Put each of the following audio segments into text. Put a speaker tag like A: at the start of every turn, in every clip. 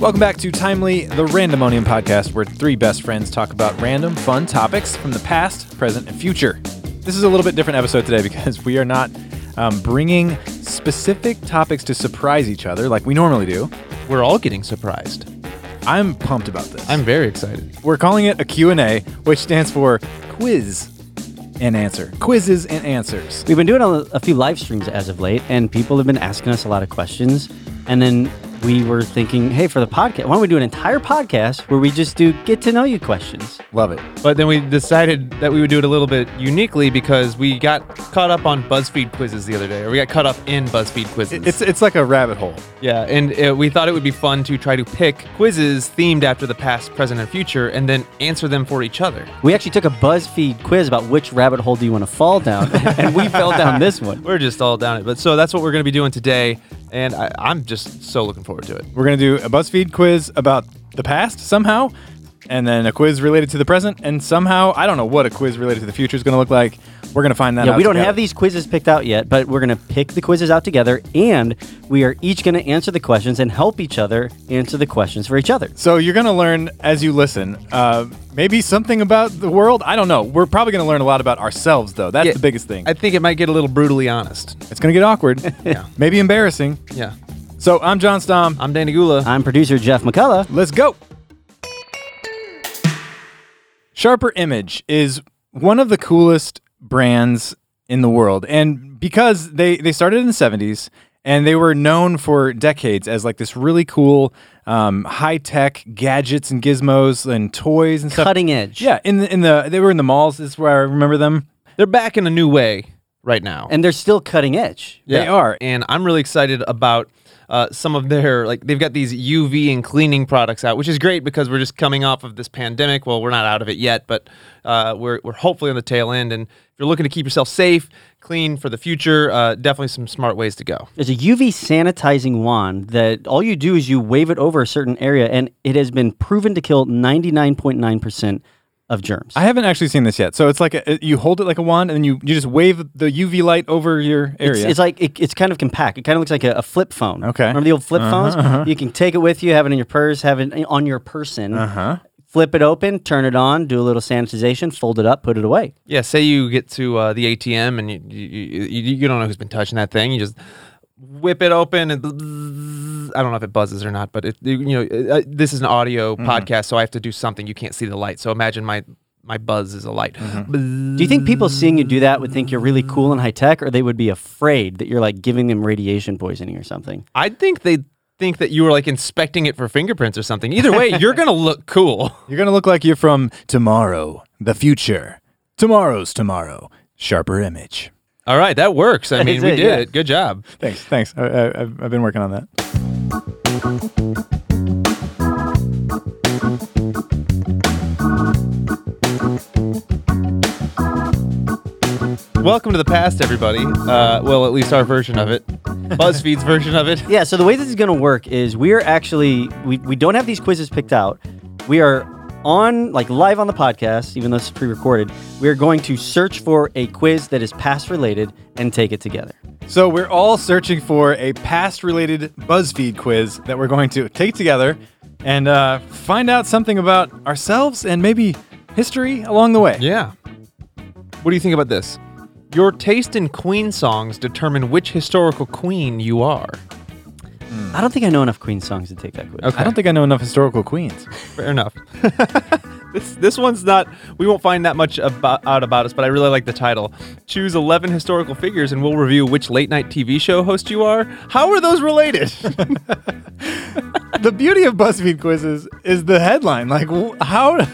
A: Welcome back to Timely, the Randomonium podcast, where three best friends talk about random, fun topics from the past, present, and future. This is a little bit different episode today because we are not um, bringing specific topics to surprise each other like we normally do.
B: We're all getting surprised.
A: I'm pumped about this.
B: I'm very excited.
A: We're calling it a Q&A, which stands for quiz and answer. Quizzes and answers.
C: We've been doing a, a few live streams as of late, and people have been asking us a lot of questions. And then we were thinking, hey, for the podcast, why don't we do an entire podcast where we just do get to know you questions?
A: Love it.
B: But then we decided that we would do it a little bit uniquely because we got caught up on BuzzFeed quizzes the other day, or we got caught up in BuzzFeed quizzes.
A: It's it's like a rabbit hole.
B: yeah, and uh we thought it would be fun to try to pick quizzes themed after the past, present, and future, and then answer them for each other.
C: We actually took a BuzzFeed quiz about which rabbit hole do you want to fall down, and we fell down this one.
B: We're just all down it, but so that's what we're going to be doing today, and I, I'm just so looking forward to it.
A: We're going to do a BuzzFeed quiz about the past somehow, and then a quiz related to the present, and somehow, I don't know what a quiz related to the future is going to look like. We're going to find that out.
C: Yeah, we don't
A: together.
C: have these quizzes picked out yet, but we're going to pick the quizzes out together, and we are each going to answer the questions and help each other answer the questions for each other.
A: So you're going to learn as you listen, uh, maybe something about the world. I don't know. We're probably going to learn a lot about ourselves, though. That's
B: Yeah,
A: the biggest thing.
B: I think it might get a little brutally honest.
A: it's going to get awkward,
B: Yeah.
A: maybe embarrassing.
B: Yeah.
A: So I'm John Stom.
B: I'm Danny Gula.
C: I'm producer Jeff McCullough.
A: Let's go. Sharper Image is one of the coolest brands in the world. And because they, they started in the 70s and they were known for decades as like this really cool um, high tech gadgets and gizmos and toys and stuff.
C: Cutting edge.
A: Yeah, in the, in the they were in the malls. This is where I remember them.
B: They're back in a new way right now.
C: And they're still cutting edge.
A: They are.
B: and I'm really excited about uh, some of their like they've got these UV and cleaning products out, which is great because we're just coming off of this pandemic. Well, we're not out of it yet, but uh, we're we're hopefully on the tail end. And if you're looking to keep yourself safe, clean for the future, uh, definitely some smart ways to go.
C: There's a UV sanitizing wand that all you do is you wave it over a certain area, and it has been proven to kill 99.9% of germs.
A: I haven't actually seen this yet. So it's like a, you hold it like a wand and you you just wave the UV light over your area.
C: it's, it's like it, it's kind of compact. It kind of looks like a, a flip phone.
A: Okay. Uh-huh,
C: Remember the old flip phones? You can take it with you, have it in your purse, have it on your person. Uh
A: Uh-huh.
C: huh. Flip it open, turn it on, do a little sanitization, fold it up, put it away.
B: Yeah, say you get to uh, the ATM and you, you, you you don't know who's been touching that thing. You just whip it open and I don't know if it buzzes or not, but it, you know uh, this is an audio
C: Mm-hmm.
B: podcast, so I have to do something. You can't see the light, so imagine my my buzz is a light. Buzz.
C: Do you think people seeing you do that would think you're really cool and high tech, or they would be afraid that you're like giving them radiation poisoning or something?
B: I think they think that you were like inspecting it for fingerprints or something. Either way, you're gonna look cool.
A: You're gonna look like you're from tomorrow, the future. Tomorrow's tomorrow. Sharper image.
B: All right, that works. I mean,
C: That's
B: we
C: it,
B: did
C: yeah.
B: it. Good job.
A: Thanks, thanks. I, I, I've I've been working on that.
B: Welcome to the past, everybody. Uh, well, at least our version of it, BuzzFeed's version of it.
C: Yeah, so the way this is going to work is we are actually we, we don't have these quizzes picked out. We are on like live on the podcast, even though it's pre-recorded. We are going to search for a quiz that is past related and take it together.
A: So we're all searching for a past-related BuzzFeed quiz that we're going to take together and uh, find out something about ourselves and maybe history along the way.
B: Yeah. What do you think about this? Your taste in Queen songs determine which historical queen you are.
C: I don't think I know enough Queen songs to take that quiz.
B: Okay.
A: I don't think I know enough historical queens.
B: Fair enough. this this one's not. We won't find that much about, out about us, but I really like the title. Choose eleven historical figures, and we'll review which late night TV show host you are. How are those related?
A: the beauty of BuzzFeed quizzes is the headline. Like wh- how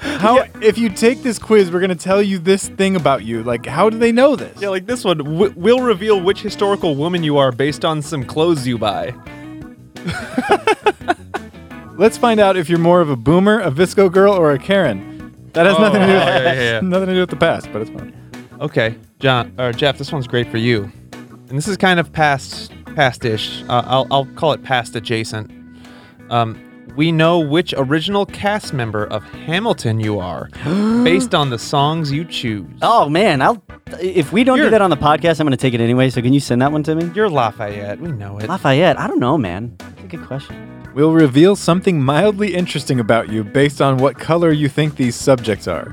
A: how if you take this quiz, we're gonna tell you this thing about you. Like how do they know this?
B: yeah, like this one. W- we'll reveal which historical woman you are based on some clothes you buy.
A: Let's find out if you're more of a boomer, a visco girl, or a Karen. That has
B: Oh,
A: nothing to do with
B: yeah, yeah, yeah.
A: nothing to do with the past, but it's fun.
B: Okay, John or Jeff, this one's great for you. And this is kind of past past-ish. Uh, I'll, I'll call it past adjacent. Um, we know which original cast member of Hamilton you are, based on the songs you choose.
C: Oh man, I'll if we don't do
B: You're-
C: that on the podcast, I'm gonna take it anyway. So can you send that one to me?
B: You're Lafayette. We know it.
C: Lafayette, I don't know, man. That's a good question.
A: We'll reveal something mildly interesting about you based on what color you think these subjects are.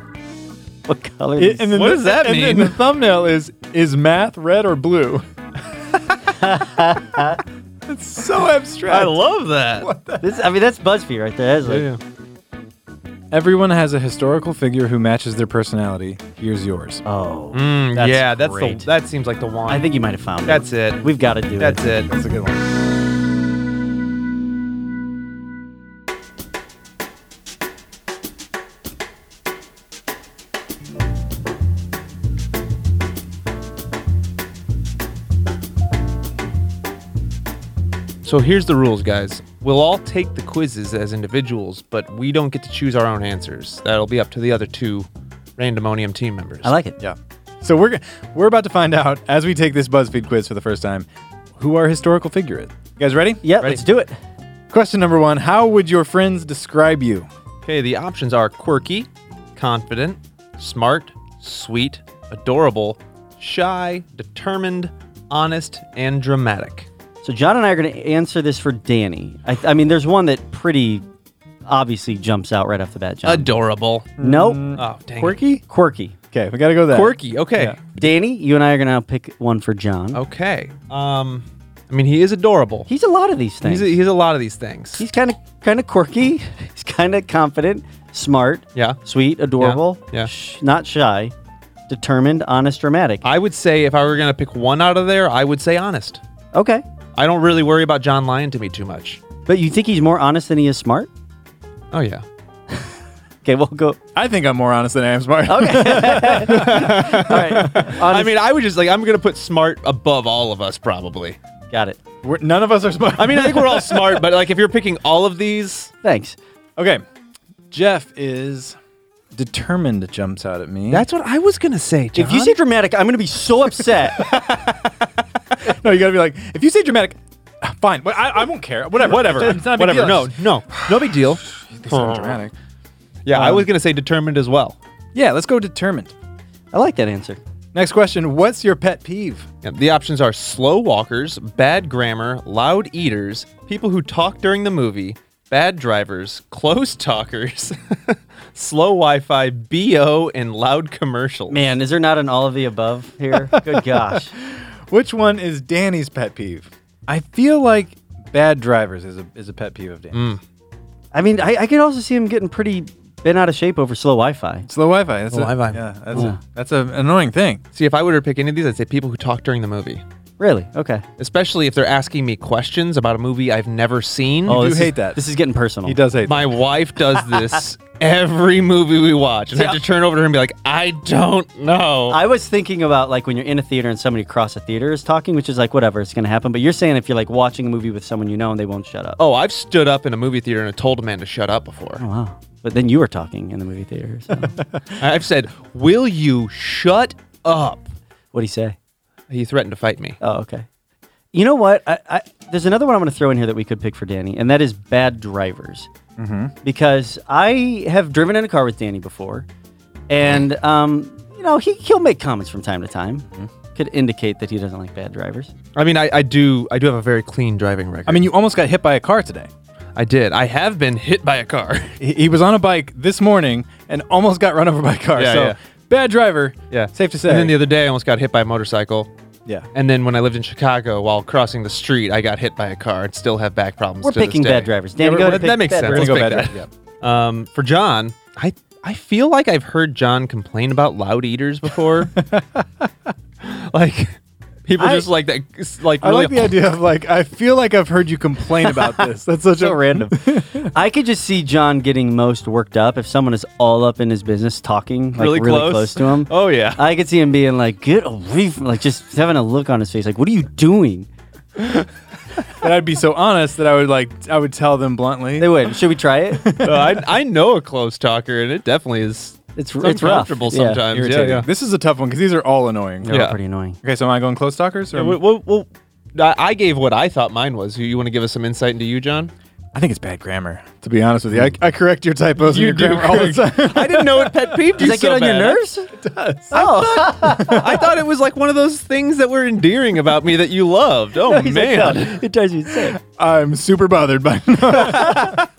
C: What color?
A: It-
C: is
A: and then
B: What
A: the-
B: does that
A: and then
B: mean?
A: the thumbnail is is math red or blue? it's so abstract.
B: I love that.
C: this? I mean, that's BuzzFeed right there. That's like-
B: Yeah,
A: Everyone has a historical figure who matches their personality. Here's yours.
C: Oh,
B: yeah. Mm,
C: That's
B: yeah, that's
C: great.
B: the that seems like the one.
C: I think you might have found it.
B: that's it.
C: We've got to do
B: That's
C: it.
B: it.
A: That's a good one.
B: So here's the rules, guys. We'll all take the quizzes as individuals, but we don't get to choose our own answers. That'll be up to the other two randomonium team members.
C: I like it.
A: Yeah. So we're g- we're about to find out as we take this BuzzFeed quiz for the first time who our historical figure is. You guys ready?
C: Yeah,
B: Ready?
C: let's do it.
A: Question number one: How would your friends describe you?
B: Okay, the options are quirky, confident, smart, sweet, adorable, shy, determined, honest, and dramatic.
C: So John and I are going to answer this for Danny. I, I mean, there's one that pretty obviously jumps out right off the bat.
B: Uh,
C: John.
B: Adorable.
C: nope.
B: Oh, dang. it.
A: Quirky.
C: Mm. Quirky.
A: Okay, we gotta go there.
B: Quirky. Okay.
A: Yeah.
C: Danny, you and I are going to pick one for John.
B: Okay. Um, I mean, he is adorable.
C: He's a lot of these things.
B: He's a, he's a lot of these things.
C: He's kind of kind of quirky. He's kind of confident, smart,
B: Yeah.
C: sweet, adorable,
B: yeah.
C: Sh- not shy, determined, honest, dramatic.
B: I would say if I were gonna pick one out of there, I would say honest.
C: okay,
B: I don't really worry about John lying to me too much.
C: but you think he's more honest than he is smart?
B: Oh yeah.
C: Okay, we'll go.
A: I think I'm more honest than I am smart.
C: All right, honest,
B: I mean, I would just like I'm gonna put smart above all of us probably.
C: got it.
A: We're- none of us are smart.
B: I mean, I think we're all smart, but like if you're picking all of these,
C: Thanks.
A: okay. Jeff is determined. Jumps out at me.
B: what I was gonna say.
C: If you say dramatic, I'm gonna be so upset.
A: no. You gotta be like, if you say dramatic, ah, fine. But I, I won't care. Whatever.
B: whatever,
A: It's not a big
B: whatever,
A: deal.
B: no, no, no big deal.
A: They sound dramatic.
B: Yeah, I was gonna say determined as well.
A: Yeah. Let's go determined.
C: I like that answer.
A: Next question. What's your pet peeve?
B: Yeah, the options are slow walkers, bad grammar, loud eaters, people who talk during the movie, bad drivers, close talkers, slow Wi-Fi, bo, and loud commercials.
C: Man, is there not an all of the above here? Good gosh.
A: Which one is Danny's pet peeve? I feel like bad drivers is a is a pet peeve of
B: Mm.
A: Danny's.
C: I mean, I, I could also see him getting pretty bent out of shape over slow Wi-Fi.
A: Slow Wi-Fi. That's
B: Slow
A: a-
B: Wi-Fi.
A: Yeah, that's a, that's a, an annoying thing.
B: See, if I were to pick any of these, I'd say people who talk during the movie,
C: Really? Okay.
B: especially if they're asking me questions about a movie I've never seen.
A: do
C: Oh, this is-
A: hate that.
C: This is getting personal.
A: He does hate.
B: My wife does this every movie we watch, and I have to turn over to her and be like, "I don't know."
C: I was thinking about like when you're in a theater and somebody across a theater is talking, which is like whatever, it's gonna happen. But you're saying if you're like watching a movie with someone you know and they won't shut up.
B: oh, I've stood up in a movie theater and told a man to shut up before.
C: wow. But then you were talking in the movie theater. So.
B: I've said, "Will you shut up?"
C: What'd he say?
B: He threatened to fight me.
C: Oh, okay. You know what? I, I, there's another one I'm gonna throw in here that we could pick for Danny, and that is bad drivers. Mm-hmm. Because I have driven in a car with Danny before, and um, you know he he'll make comments from time to time. Could indicate that he doesn't like bad drivers.
B: I mean, I, I do, I do have a very clean driving record.
A: I mean, you almost got hit by a car today.
B: I did. I have been hit by a car.
A: He, he was on a bike this morning and almost got run over by a car.
B: Yeah,
A: so
B: yeah.
A: bad driver. safe to say.
B: And then the other day, I almost got hit by a motorcycle.
A: yeah.
B: And then when I lived in Chicago, while crossing the street, I got hit by a car. and still have back problems.
C: We're
B: to this
C: picking
B: day.
C: bad drivers. Danny,
B: we're-
C: go ahead
B: that-
C: and pick
B: that makes
C: bad
B: sense.
A: We're
C: drivers.
A: gonna
B: Let's
A: go
B: pick
A: bad driver.
B: that.
A: Yeah.
B: Um, for John, I I feel like I've heard John complain about loud eaters before. like people
A: I-
B: just like that. s- Like
A: I
B: really
A: like the idea of like I feel like I've heard you complain about this. That's such
C: so
A: a
C: random. I could just see John getting most worked up if someone is all up in his business talking like, really, close. to him.
B: Oh yeah.
C: I could see him being like, "Get away!" From, like just having a look on his face, like, "What are you doing?"
A: And I'd be so honest that I would like I would tell them bluntly.
C: They would. Should we try it?
B: Uh, I, I know a close talker, and it definitely is.
C: It's-
B: it's
C: it's rough.
B: uncomfortable
C: Yeah.
B: sometimes. Yeah,
A: Irritating.
B: yeah.
A: This is a tough one because these are all annoying.
C: They're all
B: Yeah.
C: pretty annoying.
A: Okay, so am I going close talkers? Or
B: Yeah, we'll, we'll, we'll Um, I, I gave what I thought mine was. You, you want to give us some insight into you, John?
D: I think it's bad grammar.
A: To be honest with you, I, I correct your typos and your grammar all the time.
B: I didn't know it pet peeved
C: Does
B: you
C: that
B: so
C: get on
B: bad.
C: your nerves? Oh,
B: I thought it was like one of those things that were endearing about me that you loved. Oh
C: He's like,
B: man,
C: "No, it drives me insane.
A: I'm super bothered by.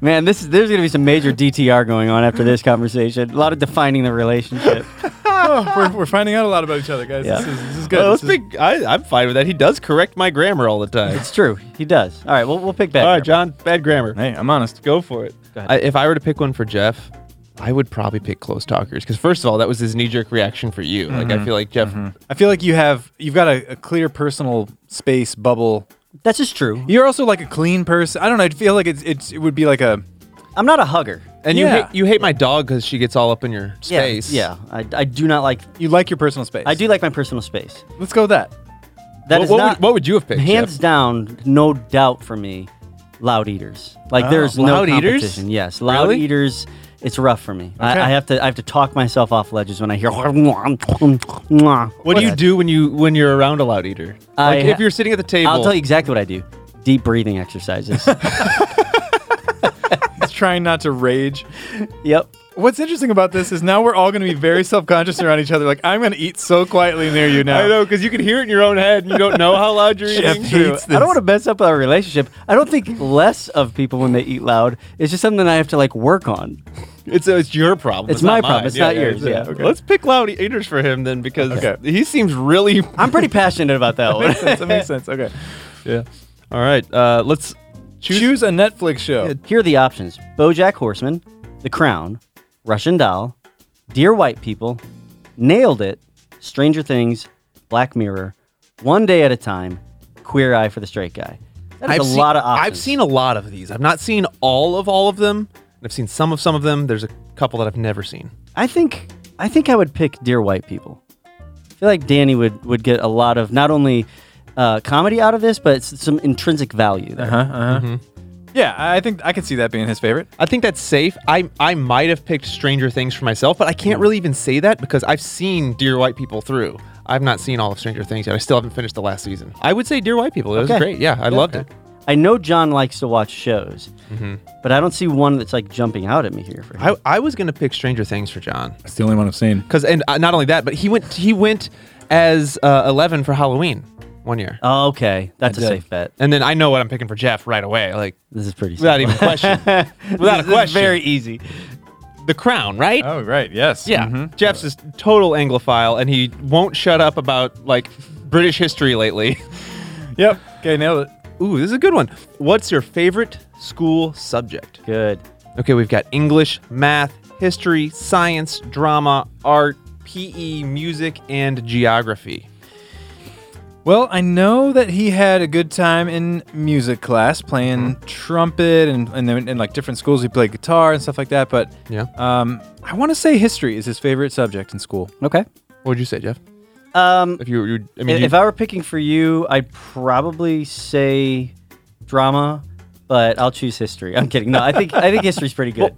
C: Man, this is, there's going to be some major DTR going on after this conversation. A lot of defining the relationship.
A: we're, we're finding out a lot about each other, guys.
C: Yeah.
A: This, is, this is good.
B: Well, let's
A: This is-
B: pick- I, I'm fine with that. He does correct my grammar all the time.
C: It's true. He does. All right, we'll, we'll pick that.
B: all right, John, bad grammar.
D: Hey, I'm honest.
B: Go for it.
C: Go ahead.
B: I, if I were to pick one for Jeff, I would probably pick close talkers because first of all, that was his knee-jerk reaction for you. Like I feel like Jeff.
D: I feel like you have you've got a, a clear personal space bubble.
C: That's just true.
D: You're also like a clean person. I don't know. I feel like it's, it's it would be like a
C: I'm not a hugger.
B: And you
D: Yeah.
B: hate, you hate my dog because she gets all up in your
C: Yeah,
B: space.
C: Yeah, I, I do not like.
D: you like your personal space.
C: I do like my personal space.
D: Let's go with that.
C: That
B: What,
C: is
B: what
C: not
B: would, what would you have picked?
C: hands
B: Jeff?
C: down, no doubt for me. Loud eaters. Like
D: Oh.
C: there's no
B: Loud eaters?
C: competition. Yes, loud
B: Really?
C: eaters. It's rough for me.
D: Okay.
C: I, I have to. I have to talk myself off ledges when I hear.
B: What do you do when you when you're around a loud eater?
C: I
B: Like
C: ha-
B: if you're sitting at the table.
C: I'll tell you exactly what I do. Deep breathing exercises.
D: It's trying not to rage.
C: yep.
A: What's interesting about this is now we're all going to be very self-conscious around each other. Like I'm going to eat so quietly near you now.
B: I know because you can hear it in your own head and you don't know how loud you're
A: Jeff
B: eating.
A: hates
C: I
A: this.
C: don't want to mess up our relationship. I don't think less of people when they eat loud. It's just something that I have to like work on.
B: It's it's your problem.
C: It's
B: not
C: my problem,
B: mine.
C: it's not yours, yeah.
B: Okay. Let's pick loud eaters for him then because he seems really.
C: I'm pretty passionate about that one.
D: that makes sense. Okay.
B: yeah. All right. Uh, let's
D: Choose,
B: choose.
D: a Netflix show.
C: Here are the options: BoJack Horseman, The Crown, Russian Doll, Dear White People, Nailed It, Stranger Things, Black Mirror, One Day at a Time, Queer Eye for the Straight Guy. That's a
B: seen,
C: lot of options.
B: I've seen a lot of these. I've not seen all of all of them. I've seen some of some of them. There's a couple that I've never seen.
C: I think I think I would pick Dear White People. I feel like Danny would would get a lot of not only uh, comedy out of this, but s- some intrinsic value. There.
B: Uh-huh.
D: Yeah, I I think I could see that being his favorite.
B: I think that's safe. I I might have picked Stranger Things for myself, but I
C: Hmm.
B: can't really even say that because I've seen Dear White People through. I've not seen all of Stranger Things yet. I still haven't finished the last season. I would say Dear White People. It was
C: Okay.
B: great. Yeah, I loved it. Mm-hmm.
C: I know John likes to watch shows, but I don't see one that's like jumping out at me here for him.
B: I, I was gonna pick Stranger Things for John
A: That's the only one I've seen.
B: because and uh, not only that, but he went he went as uh, Eleven for Halloween one year,
C: Oh, okay, that's a
A: did.
C: safe bet.
B: and then I know what I'm picking for Jeff right away, like
C: This is pretty.
B: without
C: simple.
B: even question, without a
C: This is
B: question.
C: very easy.
B: the Crown, right?
D: Oh right, yes.
B: Yeah, Jeff's is total Anglophile, and he won't shut up about like British history lately.
D: Yep. Okay, nailed it.
B: Ooh, this is a good one. What's your favorite school subject?
C: Good.
B: Okay, we've got English, math, history, science, drama, art, PE, music, and geography.
D: Well, I know that he had a good time in music class playing
A: Mm-hmm.
D: trumpet and and then in like different schools he played guitar and stuff like that, but
B: Yeah.
D: um I want to say history is his favorite subject in school.
C: Okay.
B: What would you say, Jeff?
C: Um,
B: If you, you I
C: i-
B: mean, you-
C: if I were picking for you, I'd probably say drama, but I'll choose history. I'm kidding. No, I think I think history's pretty good.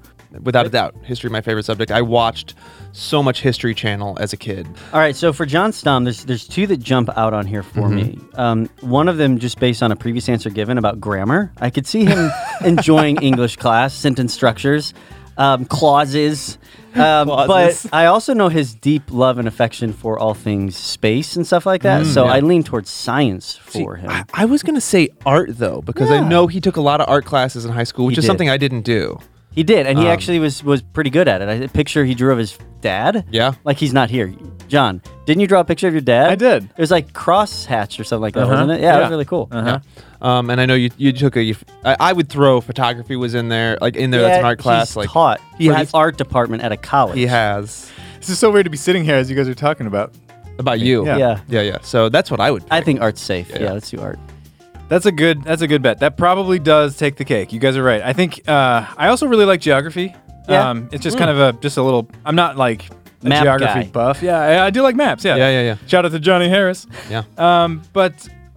B: without a doubt, history my favorite subject. I watched so much History Channel as a kid.
C: All right, so for John Stom, there's there's two that jump out on here for me. Um, one of them just based on a previous answer given about grammar. I could see him enjoying English class, sentence structures, um, clauses. Um,
B: Clauses.
C: But I also know his deep love and affection for all things space and stuff like that. so I lean towards science for him.
B: I, I was gonna say art though, because I know he took a lot of art classes in high school, which
C: He
B: is
C: did.
B: something I didn't do.
C: He did, and he actually was was pretty good at it. I, a picture he drew of his dad.
B: Yeah.
C: like he's not here. John, didn't you draw a picture of your dad?
D: I did.
C: It was like crosshatch or something like that, wasn't it? Yeah, it was
D: Yeah.
C: really cool.
B: Yeah. Um, and I know you, you took a. You, I, I would throw photography was in there, like in there. that's an art class.
C: He's
B: like
C: taught
B: he
C: for
B: has-
C: the art department at a college.
B: he has
A: This is so weird to be sitting here as you guys are talking about.
B: about you.
A: Yeah.
C: Yeah.
B: yeah, yeah. So that's what I would.
C: I
B: pick.
C: think art's safe. Yeah,
B: Yeah.
C: let's do art.
D: That's a good. That's a good bet. That probably does take the cake. You guys are right. I think. Uh, I also really like geography.
C: Yeah.
D: Um, it's
B: Mm.
D: just kind of a just a little. I'm not like a
C: Map
D: geography
C: guy.
D: buff. Yeah, I, I do like maps. Yeah.
B: Yeah, yeah, yeah.
D: Shout out to Johnny Harris.
B: Yeah.
D: Um, but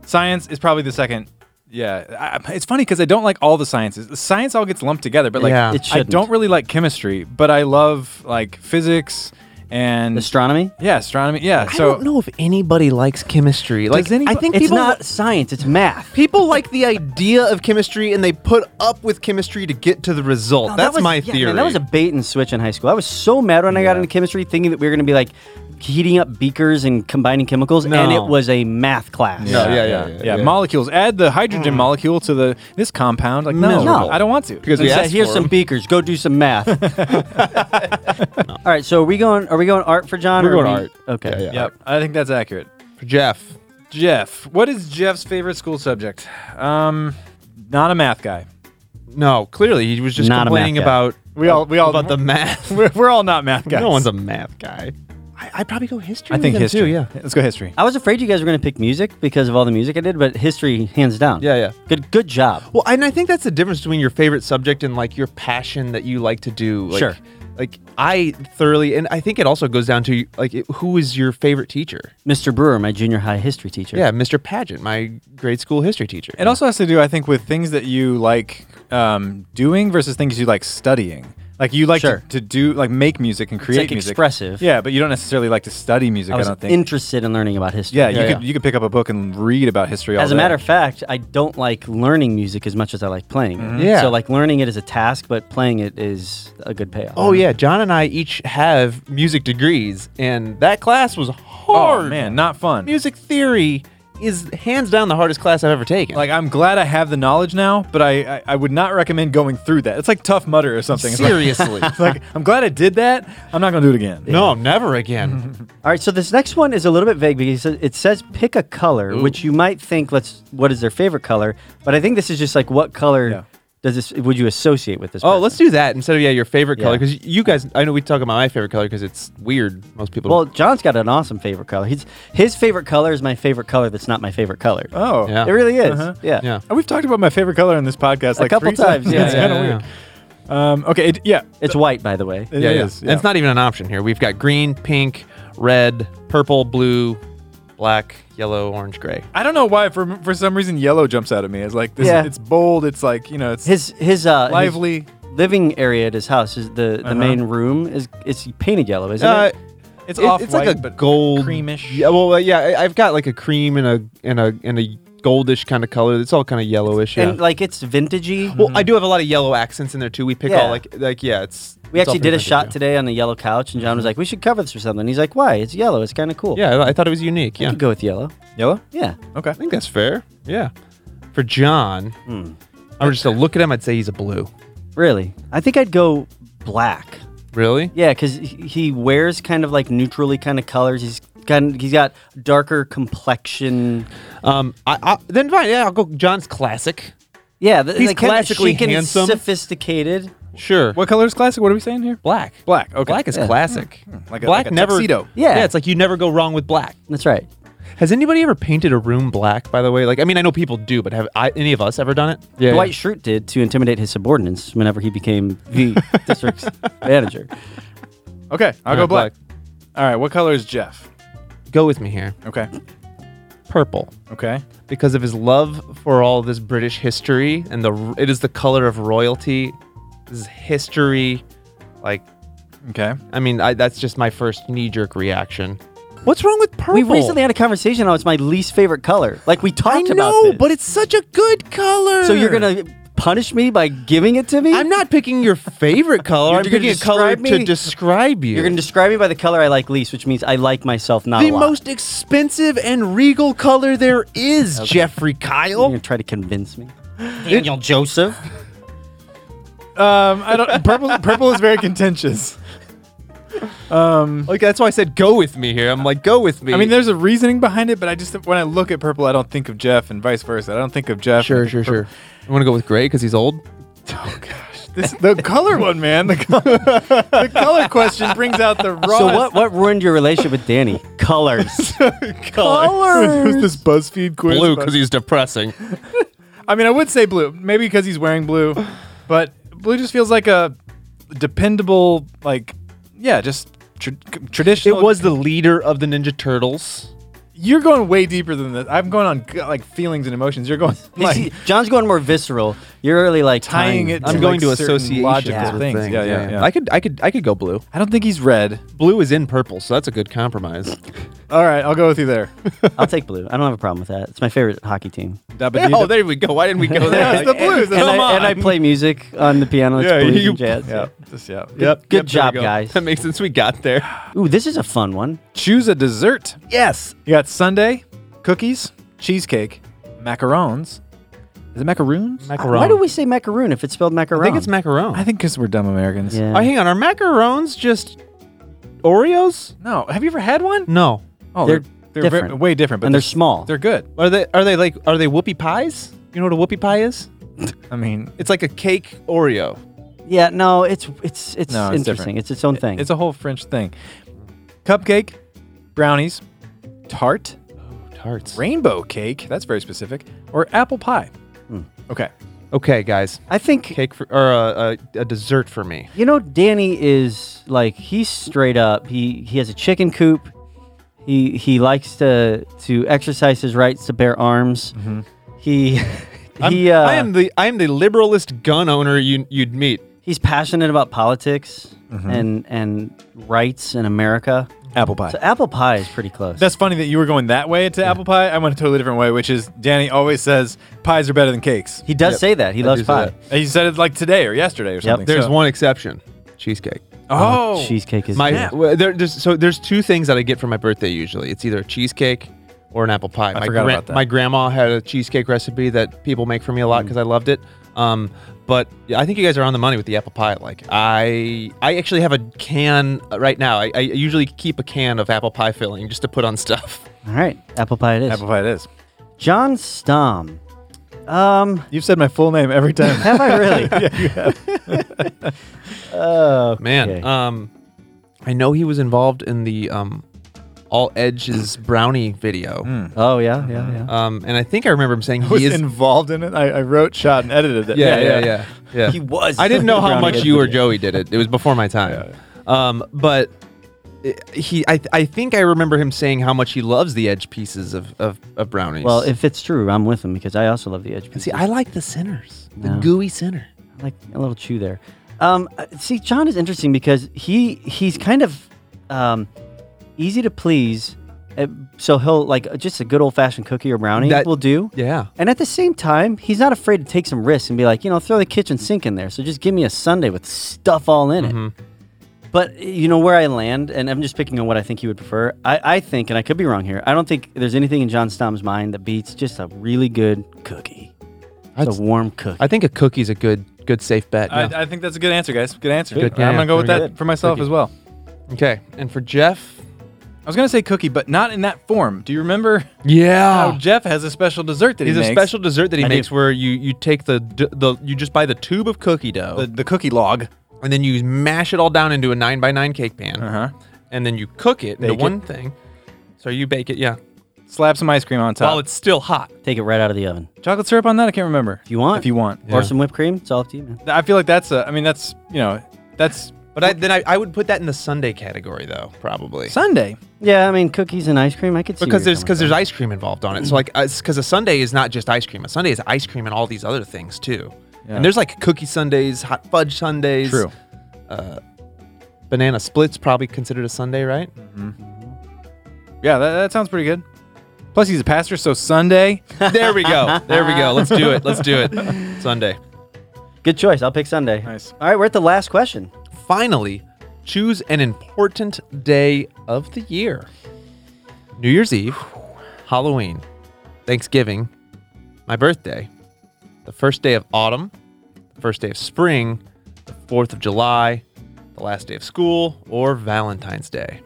D: science is probably the second. Yeah, I, it's funny because I don't like all the sciences. The Science all gets lumped together, but like
B: Yeah. It
D: I
C: shouldn't.
D: don't really like chemistry, but I love like physics
A: and
C: Astronomy?
A: yeah, astronomy. Yeah,
B: I
A: so
B: don't know if anybody likes chemistry. Like,
A: anybody-
B: I think
C: It's
B: people
C: not science, it's math.
B: people like the idea of chemistry and they put up with chemistry to get to the result.
C: No, that
B: That's
C: was-
B: my
C: yeah,
B: theory.
C: Man, that was a bait and switch in high school. I was so mad when I got into chemistry, thinking that we were going to be like heating up beakers and combining chemicals, and it
B: No.
C: was a math class.
B: No, yeah, yeah, yeah,
A: yeah,
B: yeah.
A: molecules. Add the hydrogen molecule to the this compound. Like no,
C: Miserable.
A: I don't want to.
B: Because
C: They
B: we
C: said,
B: asked
C: here's
B: for
C: some
B: 'em."
C: beakers. Go do some math. All right, so are we going? Are we going art for John?
B: We're going
C: or are we-
B: art.
C: Okay.
B: Yeah, yeah.
A: Yep, I think that's accurate.
B: Jeff.
A: Jeff, what is Jeff's favorite school subject? Um, not a math guy.
B: No, clearly he was just
C: Not a math
B: complaining
C: guy.
B: about
E: We all- we all-
B: about the math.
A: We're, we're all not math guys.
B: No one's a math guy. I, I'd probably go history.
A: I
B: with
A: think
B: him,
A: history.
B: Too, yeah.
A: let's go history.
C: I was afraid you guys were going to pick music because of all the music I did, but history, hands down.
B: Yeah, yeah.
C: Good, good job.
B: Well, and I think that's the difference between your favorite subject and like your passion that you like to do. Like,
C: Sure.
B: Like I thoroughly, and I think it also goes down to like it- who is your favorite teacher?
C: Mr. Brewer, my junior high history teacher.
B: Yeah, Mr. Pageant, my grade school history teacher.
A: It also has to do, I think, with things that you like um, doing versus things you like studying. Like you like
C: Sure.
A: to, to do, like make music and create
C: like,
A: music.
C: expressive.
A: Yeah, but you don't necessarily like to study music.
C: I
A: I,
C: was
A: don't think.
C: interested in learning about history.
A: yeah, you
B: Yeah,
A: could
B: yeah.
A: you could pick up a book and read about history. All
C: As a
A: day.
C: matter of fact, I don't like learning music as much as I like playing it.
A: Mm-hmm.
B: Yeah.
C: So like learning it is a task, but playing it is a good payoff.
B: oh yeah, John and I each have music degrees, and that class was hard.
A: oh man, not fun.
B: music theory is hands down the hardest class I've ever taken.
A: Like I'm glad I have the knowledge now, but I, I, I would not recommend going through that. It's like tough mutter or something. It's like-
B: seriously.
A: it's like I'm glad I did that. I'm not gonna do it again.
B: no, never again.
C: All right, so this next one is a little bit vague because it says- it says pick a color, which you might think let's what is their favorite color, but I think this is just like what color
A: Yeah.
C: does this would you associate with this?
B: Oh,
C: person?
B: let's do that instead of yeah your favorite color
C: Yeah.
B: because you guys I know we talk about my favorite color because it's weird most people.
C: Well, John's got an awesome favorite color. He's his favorite color is my favorite color. That's not my favorite color.
A: Oh.
B: Yeah.
C: It really is.
A: Uh-huh.
C: Yeah.
B: Yeah.
A: We've talked about my favorite color in this podcast
C: A
A: like
C: couple
A: three times.
C: times, yeah,
A: it's
C: yeah,
A: kind of
B: yeah,
A: weird. Um, okay. It, yeah.
C: It's white, by the way.
A: it
B: yeah, yeah.
A: is,
B: And it's not even an option here. We've got green, pink, red, purple, blue, black, yellow, orange, gray.
A: I don't know why. For for some reason, yellow jumps out at me. It's like this,
C: Yeah.
A: it's bold. It's like you know, it's
C: His his uh his
A: lively.
C: living area at his house is the the main room is it's painted yellow, isn't
B: Uh-huh. Uh,
C: it?
A: It's
B: it-
A: off
B: it's like a
A: but
B: gold
A: creamish.
B: Yeah, well, uh, yeah, I- I've got like a cream and a and a and a goldish kind of color. It's all kind of yellowish. Yeah.
C: And like it's vintagey.
B: well, I do have a lot of yellow accents in there too. We pick
C: Yeah.
B: all like like yeah, it's
C: we
B: it's all
C: actually did a
B: pigmented,
C: shot
B: yeah. Mm-hmm.
C: today on the yellow couch, and John was like, "We should cover this or something." He's like, "Why? It's yellow. It's kind of cool."
B: Yeah, I I thought it was unique.
C: you
B: Yeah.
C: could go with yellow.
A: Yellow.
C: Yeah,
A: Okay.
B: I think that's fair. Yeah. For John, I were just to look at him, I'd say he's a blue.
C: really. I think I'd go black.
B: Really?
C: Yeah, because he wears kind of like neutrally kind of colors. He's kind he's got darker complexion.
B: Um, I, I then fine. Yeah, I'll go John's classic.
C: Yeah, th-
B: He's
C: like kinda
B: classically
C: chic and
B: handsome.
C: sophisticated.
B: Sure.
A: What color is classic? What are we saying here?
B: Black.
A: Black, okay.
B: Black is
C: Yeah.
B: classic.
A: Like a-
B: black
A: like a
B: never.
A: tuxedo.
C: Yeah.
B: It's like you never go wrong with black.
C: That's right.
B: Has anybody ever painted a room black? By the way, like I mean, I know people do, but have I, any of us ever done it? Yeah.
C: Dwight Schrute did to intimidate his subordinates whenever he became the district's manager.
A: Okay. I'll
B: All
A: go black.
B: right,
A: All right. What color is Jeff?
B: Go with me here.
A: Okay.
B: Purple.
A: Okay.
B: Because of his love for all this British history and the, r- it is the color of royalty. This is history, like
A: Okay.
B: I mean, I, that's just my first knee-jerk reaction. What's wrong with purple?
C: We recently had a conversation on it's my least favorite color. Like we
B: I
C: talked about
B: know,
C: this.
B: but it's such a good color.
C: so you're gonna punish me by giving it to me?
B: I'm not picking your favorite color.
C: You're
B: I'm
C: gonna
B: picking a color
C: describe me?
B: to describe you.
C: You're gonna describe me by the color I like least, which means I like myself not
B: the
C: a lot.
B: most expensive and regal color there is, Jeffrey
C: You're
B: Kyle.
C: gonna try to convince me, Daniel Joseph.
A: Um, I don't. Purple. purple is very contentious.
B: Like that's why I said go with me here. I'm like go with me.
A: I mean, there's a reasoning behind it, but I just when I look at purple, I don't think of Jeff, and vice versa. I don't think of Jeff.
B: sure, sure, sure. You want to go with gray because he's old?
A: Oh gosh, this, the color one, man. The color, the color question brings out the raw.
C: So what? What ruined your relationship with Danny? Colors.
A: Who's
C: Colors.
A: this BuzzFeed quiz?
B: Blue
A: about?
B: because he's depressing.
A: I mean, I would say blue, maybe because he's wearing blue, but blue just feels like a dependable, like yeah, just tr- traditional.
B: it was the leader of the Ninja Turtles.
A: You're going way deeper than this. I'm going on g- like feelings and emotions. You're going
C: You see,
A: like
C: John's going more visceral. You're really like
A: Tying it
B: I'm
A: to,
B: going
A: like,
B: to
A: certain
B: associations
A: logical
B: with
A: things. Yeah, yeah, yeah.
B: I could, I could, I could go blue.
A: I don't think he's red.
B: Blue is in purple, so that's a good compromise.
A: All right, I'll go with you there.
C: I'll take blue. I don't have a problem with that. It's my favorite hockey team.
B: oh, there we go. Why didn't we go there?
A: It's the blues.
C: And
A: Come
C: I, and I
A: on.
C: play music on the piano. It's
B: Yeah,
C: blues
B: you-
C: and jazz.
A: Yeah, just yeah.
B: Yep.
C: Good
B: yep, there we
C: job,
B: go.
C: guys.
B: That makes sense. We got there.
C: Ooh, this is a fun one.
A: Choose a dessert.
B: Yes.
A: You got Sunday, cookies, cheesecake, macarons. Is it macaroons?
B: Macaron.
C: Why do we say macaroon if it's spelled macaron?
B: I think it's macaron.
A: I think because we're dumb Americans.
C: Yeah.
B: Oh, hang on. Are macarons just Oreos?
A: No, have you ever had one?
B: No.
A: Oh,
C: They're
A: ve-
C: different.
A: way different, but
C: and they're small.
A: they're good.
B: Are they? Are they like? Are they whoopie pies? You know what a whoopie pie is?
A: I mean,
B: It's like a cake Oreo.
C: yeah, no, it's it's it's
A: No, it's
C: interesting.
A: different.
C: It's its own thing.
A: it's a whole French thing. Cupcake, brownies, tart,
B: Tarts.
A: rainbow cake. That's very specific. Or apple pie.
C: Hmm.
A: Okay.
B: Okay, guys.
C: I think
B: Cake for or uh, a, a dessert for me.
C: you know Danny is like he's straight up. He he has a chicken coop. He he likes to to exercise his rights to bear arms. He
B: I'm-
C: he uh,
B: I am the I am the liberalist gun owner you you'd meet.
C: he's passionate about politics and and rights in America.
A: Apple pie.
C: So apple pie is pretty close.
A: That's funny that you were going that way to apple pie. I went a totally different way, which is Danny always says pies are better than cakes.
C: he does
B: Yep.
C: say that. He
B: I
C: loves
B: do say
C: pie.
B: that.
A: He said it like today or yesterday or something.
B: There's
A: so-
B: one exception. Cheesecake.
A: Oh,
C: Cheesecake is
B: My
C: good.
B: well, there, there's, so there's two things that I get for my birthday usually. It's either a cheesecake or an apple pie. my
A: forgot about that. Mm.
B: My grandma had a cheesecake recipe that people make for me a lot because I loved it. Um, but I think you guys are on the money with the apple pie. Like I, I actually have a can uh, right now. I, I usually keep a can of apple pie filling just to put on stuff.
C: All right, apple pie it is.
A: Apple pie it is.
C: John Stom. Um,
A: You've said my full name every time.
C: have I really? Oh
B: Man,
C: Okay.
B: um, I know he was involved in the um, all edges brownie video.
C: oh yeah, yeah, yeah.
B: Um, and I think I remember him saying
A: was
B: he is.
A: involved in it. I, I wrote, shot, and edited it.
B: yeah, yeah, yeah, yeah.
C: He was.
B: I didn't know how
C: Brownie
B: much
C: is
B: you or
C: good.
B: Joey did it. It was before my time. Um, but i- he, I, I think I remember him saying how much he loves the edge pieces of, of, of brownies.
C: Well, if it's true, I'm with him because I also love the edge.
B: see,
C: pieces.
B: I like the centers, the
C: No.
B: gooey center.
C: I like a little chew there. Um, uh, see, John is interesting because he he's kind of um, easy to please. Uh, So he'll like uh, just a good old fashioned cookie or brownie
B: That-
C: will do.
B: Yeah.
C: And at the same time, he's not afraid to take some risks and be like, you know, throw the kitchen sink in there. So just give me a Sunday with stuff all in it.
B: Mm-hmm.
C: But you know where I land, and I'm just picking on what I think you would prefer. I, I think, and I could be wrong here. I don't think there's anything in John Stom's mind that beats just a really good cookie,
B: I'd-
C: It's a warm cookie.
B: I think a cookie's a good, good safe bet. yeah.
A: I, I think that's a good answer, guys. Good answer.
B: Good, yeah,
A: I'm gonna go with
B: very
A: that
B: good.
A: for myself
B: Cookie.
A: as well.
B: okay. And for Jeff.
A: I was gonna say cookie, but not in that form. Do you remember how
B: Yeah.
A: Jeff has a special dessert that
B: Ah. He's
A: he
B: a
A: makes?
B: special dessert that he
C: I do.
B: makes where you, you take the, d- the, you just buy the tube of cookie dough.
A: the, the cookie log.
B: and then you mash it all down into a nine by nine cake pan,
A: Uh-huh.
B: and then you cook it into
A: Bake it.
B: one thing. So you bake it, yeah,
A: Slab some ice cream on top.
B: while it's still hot.
C: Take it right out of the oven.
A: Chocolate syrup on that? I can't remember.
C: If you want.
A: If you want.
C: Or some whipped cream. It's all up to you, man.
A: I feel like that's a. I mean, that's you know, that's
B: But I, then I, I would put that in the Sunday category though, probably.
A: Sunday.
C: Yeah, I mean cookies and ice cream. I could see
B: Because
C: where you're
B: there's because
C: coming
B: there's ice cream involved on it. So like, because a Sunday is not just ice cream. A Sunday is ice cream and all these other things too.
A: Yeah.
B: And there's like cookie Sundays, hot fudge Sundays.
A: True.
B: Banana splits probably considered a Sunday, right?
A: Yeah, that, that sounds pretty good. Plus, he's a pastor, so Sunday.
B: there we go. There we go. Let's do it. Let's do it. Sunday.
C: from. Good choice. I'll pick Sunday.
A: Nice.
C: All right, we're at the last question.
B: finally choose an important day of the year New Year's Eve, Halloween, Thanksgiving, my birthday, the first day of autumn, the first day of spring, the 4th of July, the last day of school, or Valentine's Day.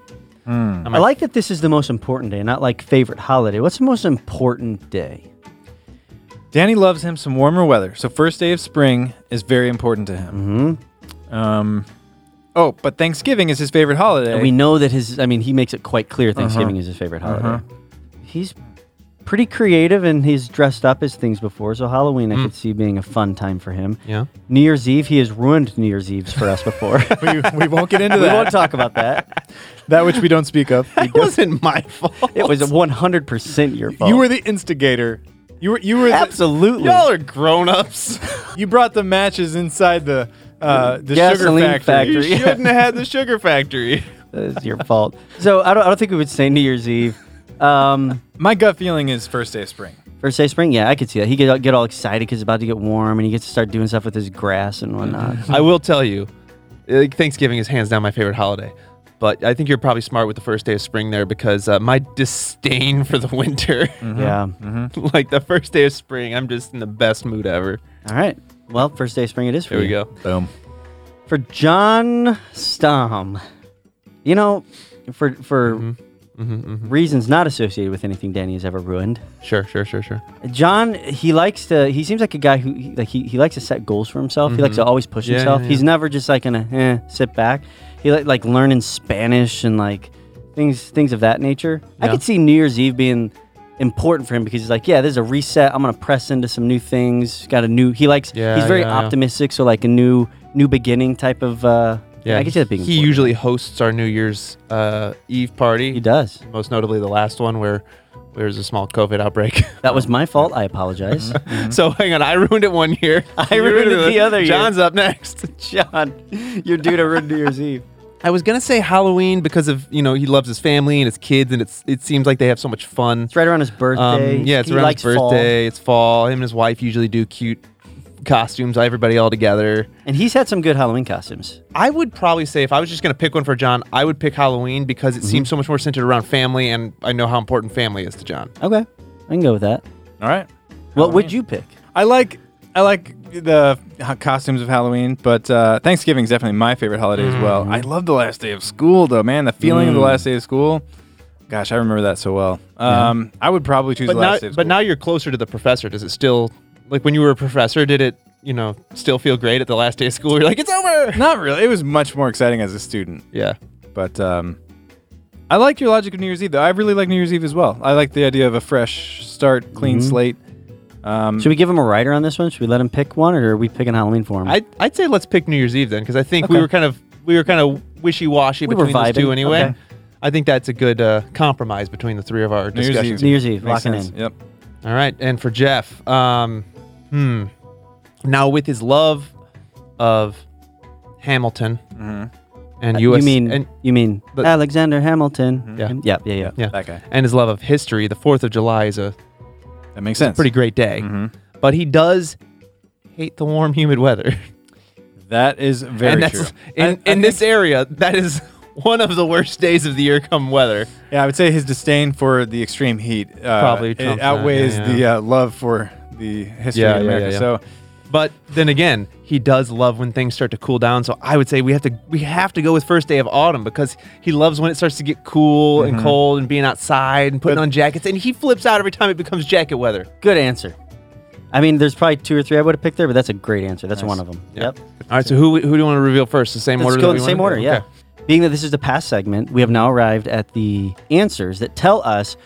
C: I like that this is the most important day, not like favorite holiday. What's the most important day?
A: Danny loves him some warmer weather, so first day of spring is very important to him. Mm-hmm. Um, oh, but Thanksgiving is his favorite holiday.
B: Uh-huh.
C: And we know that his I mean, he makes it quite clear Thanksgiving is his favorite holiday. He's pretty creative and he's dressed up as things before. So Halloween, I could see being a fun time for him.
B: Hmm. Yeah.
C: New Year's Eve, he has ruined New Year's Eves for us before. we
A: we, we won't get into that.
C: won't talk about that.
A: that which we don't speak of.
B: It wasn't my fault.
C: It was 100% your fault.
A: You were the instigator. You were you were the,
C: absolutely.
B: Y'all are grown ups.
A: you brought the matches inside the uh, the
C: Gasoline
A: sugar factory.
C: factory.
B: you shouldn't have had the sugar factory.
C: It's your fault. So I don't, I don't think we would say New Year's Eve. Um,
A: My gut feeling is first day of spring.
C: first day of spring, yeah, I could see that. He get get all excited because it's about to get warm, and he gets to start doing stuff with his grass and whatnot.
B: I will tell you, uh, Thanksgiving is hands down my favorite holiday. But I think you're probably smart with the first day of spring there because uh, my disdain for the winter,
C: Yeah.
B: Mm-hmm. like the first day of spring, I'm just in the best mood ever.
C: All right. Well, first day of spring it is for
B: Here we
C: you.
B: go.
A: Boom.
C: For John Stom, you know, for for
B: Mm-hmm.
C: reasons not associated with anything Danny has ever ruined,
B: Sure, sure, sure, sure.
C: John he likes to. He seems like a guy who he- like he, he likes to set goals for himself. He likes to always push
B: Mm-hmm. Yeah,
C: himself.
B: yeah,
C: He's
B: yeah.
C: never just like gonna eh, sit back. He like like learning Spanish and like things things of that nature. I
B: Yeah.
C: could see New Year's Eve being important for him because he's like, yeah, there's a reset. I'm gonna press into some new things. Got a new. He likes.
B: Yeah,
C: he's very
B: yeah, yeah.
C: optimistic. So like a new new beginning type of. Uh, yeah, I could see that
B: he
C: being. important.
B: usually hosts our New Year's uh, Eve party.
C: he does.
B: Most notably, the last one where there was a small COVID outbreak.
C: That was my fault. I apologize.
B: so hang on, I ruined it one year.
C: I
B: You
C: Mm-hmm. ruined it the other year.
B: John's up next.
C: John, you're due to ruin New Year's Eve.
B: I was gonna say Halloween because of you know he loves his family and his kids and it's it seems like they have so much fun.
C: It's right around his birthday.
B: Um, yeah, it's
C: He
B: around
C: likes
B: his birthday.
C: fall.
B: It's fall. Him and his wife usually do cute costumes. Everybody all together.
C: And he's had some good Halloween costumes.
B: I would probably say if I was just gonna pick one for John, I would pick Halloween because it
C: Mm-hmm.
B: seems so much more centered around family, and I know how important family is to John.
C: Okay. I can go with that.
A: All right.
C: What would you pick?
A: I like I like the h- costumes of Halloween, but uh, Thanksgiving is definitely my favorite holiday as well.
B: Mm-hmm.
A: I love the last day of school though, man. The feeling
B: Mm.
A: of the last day of school. Gosh, I remember that so well. Um, I would probably choose
B: But
A: the last
B: now,
A: day of school.
B: but now you're closer to the professor. Does it still like when you were a professor? Did it you know still feel great at the last day of school? You're like it's over.
A: not really. It was much more exciting as a student.
B: Yeah.
A: But um, I like your logic of New Year's Eve, though. I really like New Year's Eve as well. I like the idea of a fresh start, clean
B: Mm-hmm.
A: slate. Um,
C: Should we give him a writer on this one? Should we let him pick one, or are we picking Halloween for him?
B: I'd, I'd say let's pick New Year's Eve then, because I think we
C: Mm. Okay.
B: were kind of we were kind of wishy washy
C: We were
B: between those
C: vibing,
B: two anyway.
C: okay.
B: I think that's a good uh, compromise between the three of our
A: New Year's
B: discussions.
C: New Year's Eve,
A: makes
C: locking
A: sense.
C: in.
A: Yep.
B: All right, and for Jeff, um, hmm. Now with his love of Hamilton and
C: Uh,
B: US,
C: you mean
B: and,
C: you mean
B: but-
C: Alexander Hamilton?
B: Yeah.
C: yeah, yeah, yeah.
B: yeah,
A: That guy.
B: and his love of history, the Fourth of July is a
A: That makes sense.
B: pretty great day,
A: Mm-hmm.
B: but he does hate the warm, humid weather.
A: That is very
B: and
A: true.
B: that's in,
A: I-
B: in
A: I think-
B: this area that is one of the worst days of the year come weather
A: yeah, I would say his disdain for the extreme heat uh,
B: Probably trumps
A: it
B: that,
A: outweighs
B: yeah, yeah.
A: the uh, love for the history
B: Yeah,
A: of
B: yeah,
A: America.
B: yeah, yeah.
A: So
B: but then again he does love when things start to cool down so i would say we have to we have to go with first day of autumn because he loves when it starts to get cool and
C: Mm-hmm.
B: cold and being outside and putting on jackets and he flips out every time it becomes jacket weather
C: Good answer. I mean, there's probably two or three I would have picked there, but that's a great answer. That's one of them. Yep.
B: all right so who, who do you want to reveal first the same
C: Let's
B: order
C: go
B: that
C: in
B: we
C: the same
B: wanted?
C: order.
B: Okay.
C: Yeah. Being that this is the past segment, we have now arrived at the answers that tell us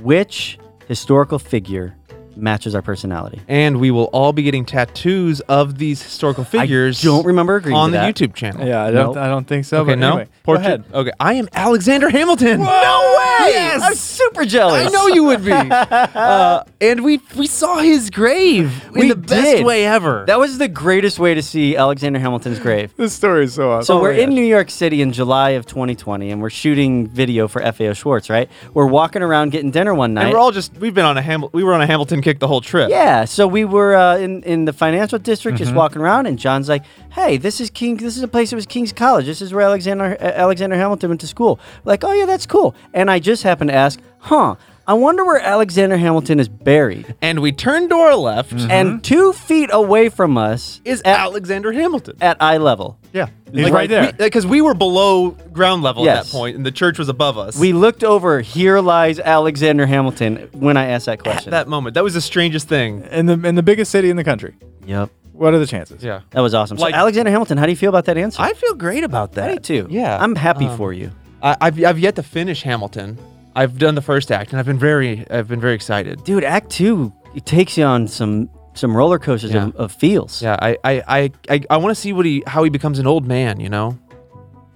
C: which historical figure matches our personality.
B: and we will all be getting tattoos of these historical figures
C: don't remember agreeing
B: on
C: to
B: the
C: that.
B: youtube channel
A: yeah, I don't,
C: No.
A: I don't think so.
B: okay
A: but
B: no
A: anyway, go ahead.
B: portrait okay i am alexander hamilton
A: No way!
B: Yes!
C: I'm super jealous.
B: I know you would be. uh, and we we saw his grave in
C: We
B: the best
C: did.
B: way ever.
C: That was the greatest way to see Alexander Hamilton's grave.
A: This story is so awesome.
C: So we're
A: Oh my
C: in
A: gosh.
C: New York City in July of 2020, and we're shooting video for FAO Schwartz, right? We're walking around getting dinner one night.
B: and we're all just we've been on a Hamil- we were on a Hamilton kick the whole trip.
C: yeah, so we were uh, in in the financial district, just
B: Mm-hmm.
C: walking around, and John's like, "Hey, this is King. This is a place that was King's College. This is where Alexander uh, Alexander Hamilton went to school." Like, "Oh yeah, that's cool." And I just happened to ask, "Huh? I wonder where Alexander Hamilton is buried."
B: And we turned to our left
C: And two feet away from us
B: is
C: at,
B: Alexander Hamilton.
C: at eye level.
B: yeah.
A: He's right there.
B: Because we were below ground level at
C: Yes.
B: that point, and the church was above us.
C: We looked over. Here lies Alexander Hamilton. When I asked that
B: at
C: question,
B: that moment. That was the strangest thing.
A: in the in the biggest city in the country.
C: yep,
A: What are the chances?
B: Yeah.
C: that was awesome.
B: Like-
C: so Alexander Hamilton, how do you feel about that answer?
B: I feel great about that.
C: Me too.
B: Yeah. Uh, Um,
C: I'm happy for you.
B: I, I've I've yet to finish Hamilton. I've done the first act and I've been very I've been very excited.
C: dude. Act two it takes you on some some roller coasters
B: Yeah.
C: of, of feels.
B: Yeah, I I I, I, I want to see what he how he becomes an old man. You know.